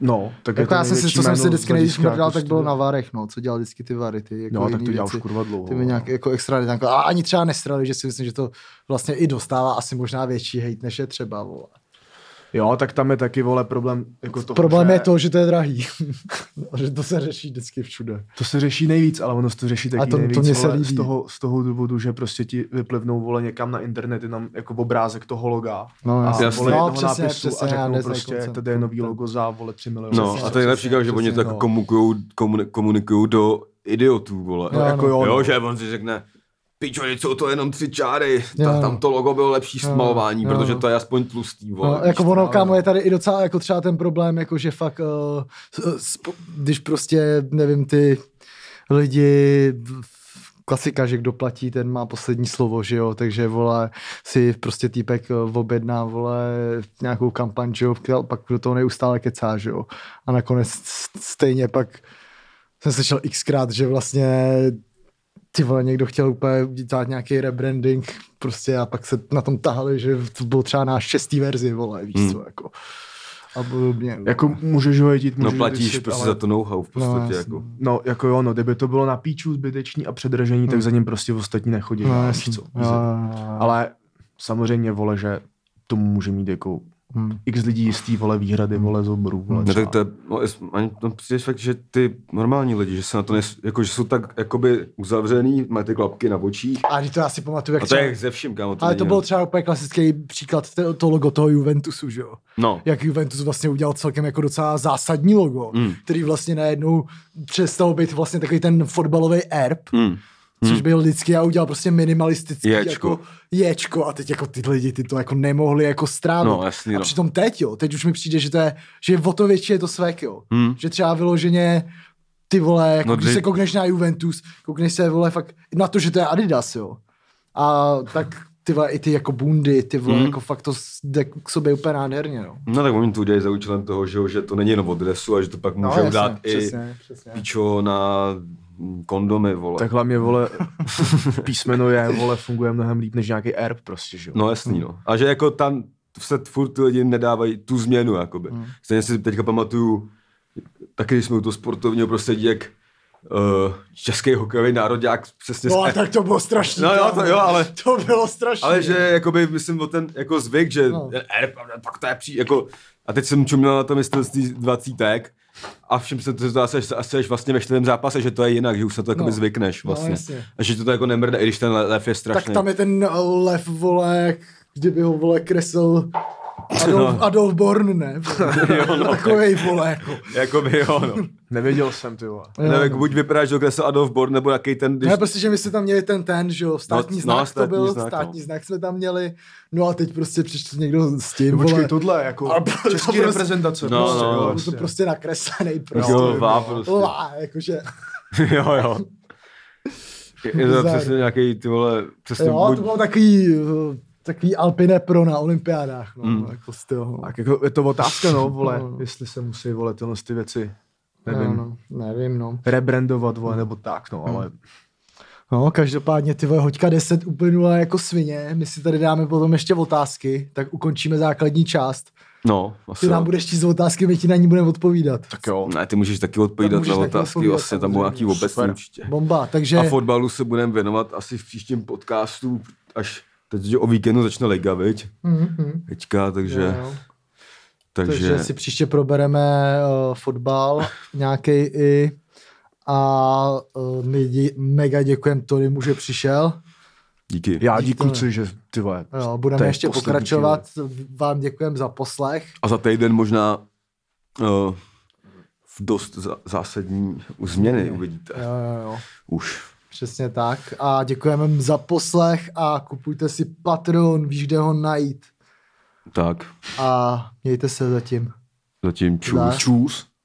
C: No, tak je
B: Jako
C: to
B: já jsem si,
C: největší
B: co jsem si
C: jméno
B: vždycky
C: z
B: nejvíc
C: hlediska
B: mrdal,
C: jako
B: tak bylo
C: studia.
B: na Varech, no, co dělali vždycky ty Vary, ty jako
C: No,
B: jiný
C: tak to dělá už
B: věci.
C: kurva dlouho.
B: Ty mi nějak jako extra lidi, jako, a ani třeba nestrali, že si myslím, že to vlastně i dostává asi možná větší hejt, než je třeba, vole.
C: prostě- Jo, tak tam je taky, vole, problém jako toho,
B: Problém
C: že
B: je to, že to je drahý. A že to se řeší vždycky všude.
C: To se řeší nejvíc, ale ono se to řeší taky
B: A to- to
C: nejvíc,
B: mě se
C: vole,
B: líbí.
C: Z, toho, z toho důvodu, že prostě ti vyplivnou, vole, někam na internet je tam jako obrázek toho loga.
B: No,
C: a
B: jasně.
C: vole,
B: No,
C: jednoho
B: přesně,
C: nápisu
B: přesně, já
C: a řeknou
B: neznají
C: prostě,
B: koncept.
C: tady je nový logo za, vole, 3 miliony.
A: No
C: Přesně,
A: a to je lepší,
C: přesně,
A: že oni
C: přesně,
A: tak
C: no.
A: komunikují komunikují do idiotů, vole.
B: No,
C: jako
A: jo,
C: jo, no.
A: že on si řekne, pičo, teď jsou to jenom tři čáry,
B: Jo,
A: ta,
B: no.
A: tam to logo bylo lepší
B: Jo,
A: smalování,
B: jo.
A: protože to je aspoň tlustý, vole.
B: No,
A: víš
B: jako
A: co,
B: ono,
A: ale-
B: kámo, je tady i docela jako třeba ten problém, jako že fakt, uh, sp- když prostě, nevím, ty lidi, v- klasika, že kdo platí, ten má poslední slovo, že jo, takže, vole, si prostě týpek eh, objedná, vole, nějakou kampaň, že jo, která pak do toho neustále kecá, že jo, a nakonec s- stejně pak jsem slyšel xkrát, že vlastně ty vole, někdo chtěl úplně dělat nějaký rebranding prostě a pak se na tom tahali, že to bylo třeba na šestý verzi, vole, víš
A: Hmm.
B: co, jako. A podobně. no.
C: Jako můžeš ho jedit,
A: No
C: můžeš
A: platíš
C: vysit,
A: prostě
C: ale-
A: za to know-how v podstatě,
B: jasně.
A: jako.
C: No, jako jo, no, kdyby to bylo na píču zbytečný a předražení, tak za ním prostě ostatní nechodí.
B: Hmm. no,
C: No,
B: jasně.
C: víš co,
B: Jo, jo, jo.
C: Ale samozřejmě, vole, že tomu může mít jako
B: Hmm.
C: x lidí jistý, vole, výhrady, vole, z obrů, vole,
A: No
C: třeba.
A: tak to je, no, jest- ani tam přijde fakt, že ty normální lidi, že se na to nes, jako, že jsou tak jakoby uzavřený, mají ty klapky na očích.
B: A když to já si pamatuju, jak
A: A to je
B: třeba,
A: jak ze vším, kámo.
B: ale
A: není
B: to
A: jenom-
B: byl třeba úplně klasický příklad to, to logo toho Juventusu, že jo.
A: No,
B: Jak Juventus vlastně udělal celkem jako docela zásadní logo, mm. který vlastně najednou přestal být vlastně takový ten fotbalový erb,
A: mm.
B: což byl vždycky a udělal prostě minimalistický
A: Ječko.
B: Jako, ječko a teď jako ty lidi ty to jako nemohli jako strávit.
A: No, jasný,
B: A
A: no.
B: přitom teď jo, teď už mi přijde, že to je, že o to větší je to svek jo.
A: Hmm.
B: Že třeba vyloženě ty vole, jako
A: No,
B: no, když
A: dři-
B: se koukneš na Juventus, koukneš se vole fakt na to, že to je Adidas jo. A tak ty vole, i ty jako bundy, ty vole,
A: Hm.
B: jako fakt to s- jde k sobě úplně nádherně no.
A: no tak oni to udělají za účelem toho, že, jo, že to není jenom od dresu a že to pak můžou
B: No, jasně,
A: dát i
B: přesně, přesně.
A: pičo na mm, kondomy, vole.
C: Tak hlavně, vole, písmeno je, vole, funguje mnohem líp než nějaký erb prostě, že jo.
A: No jasný, no. A že jako tam se furt ty lidi nedávají tu změnu, jakoby.
B: Hmm.
A: Stejně si teďka pamatuju, taky když jsme u toho sportovního prostředí, jak uh, český hokejový národák přesně...
B: No a
A: s-
B: tak to bylo strašný.
A: No jo,
B: kámo.
A: to jo, ale-
B: To bylo strašný.
A: Ale že jakoby, myslím o ten jako zvyk, že no.
B: No.
A: ten erb, a pak to je při, jako, a teď jsem čuměl na to mistrovství 20 a všim se to, to asi, až- asi až vlastně ve čtvrtém zápase, že to je jinak, že už se to jakoby
B: No.
A: zvykneš
B: No,
A: vlastně.
B: jasně.
A: a že to, to jako nemrde, i když ten le- lev je strašný.
B: Tak tam je ten uh, lev, vole, jak kdyby ho, vole, kresl Adolf,
A: No.
B: no. Adolf Born, ne? jo, no, Takovej, vole, jako.
A: Jakoby jo, no.
C: Nevěděl jsem, ty vole.
A: Nebo jako buď vypadáš, že okresl Adolf Born, nebo jaký ten, když...
B: Ne, prostě, že my jsme tam měli ten ten, že jo, státní
A: No, no,
B: no, znak
A: státní
B: to byl,
A: znak, no.
B: znak, státní znak jsme tam měli, no a teď prostě přišel někdo s tím,
C: Počkej,
B: vole,
C: tohle, jako
B: A to
C: český
B: prostě-
C: reprezentace.
A: No,
C: prostě,
A: no,
C: jo,
A: no.
B: to
C: prostě.
B: prostě nakreslený prostě.
A: Jo, vá, prostě.
B: Vá, jakože,
A: jo, jo. Je to
B: Bizar.
A: přesně nějaký ty vole, přesně
B: jo,
A: Prostě buď...
B: to bylo takový, uh, takový Alpine pro na olympiádách, no,
A: Mm.
B: mm. jako styl. no.
C: Tak jako je to otázka, no, vole,
B: No.
C: jestli se musí, vole, tyhle ty věci,
B: Jo,
C: nevím,
B: no, Hm. nevím, no.
C: rebrandovat, vole, nebo tak, no, ale
B: No, každopádně ty vole, hoďka 10 uplynula jako svině, my si tady dáme potom ještě otázky, tak ukončíme základní část.
A: No,
B: Ty
A: asi
B: nám
A: jo.
B: budeš číst otázky, my ti na ní budeme odpovídat.
C: tak jo.
A: Ne, ty můžeš taky odpovídat
B: můžeš
A: na
B: taky
A: otázky,
B: odpovídat,
A: vlastně tam budou nějaký
B: samozřejmě.
A: obecný
C: Super.
A: určitě.
B: Bomba, takže...
A: A fotbalu se budeme věnovat asi v příštím podcastu, až teď že o víkendu začne liga, viď?
B: Mhm,
A: Teďka, takže,
B: jo, jo.
A: takže,
B: Takže si příště probereme uh, fotbal nějaký i a uh, my dí, mega děkujeme Torimu, že přišel.
A: díky.
C: Já dík
B: Díky.
C: kluci, že ty vole.
B: Jo,
C: to
B: budeme
C: je
B: ještě
C: poslední
B: pokračovat. Vám děkujeme za poslech.
A: A za týden možná uh, v dost za- zásadní změny
B: Jo,
A: uvidíte.
B: jo, jo.
A: Už.
B: Přesně tak. A děkujeme za poslech a kupujte si Patreon, víš, kde ho najít.
A: Tak,
B: A mějte se zatím.
A: zatím čus.
B: Zdar.
C: Čus.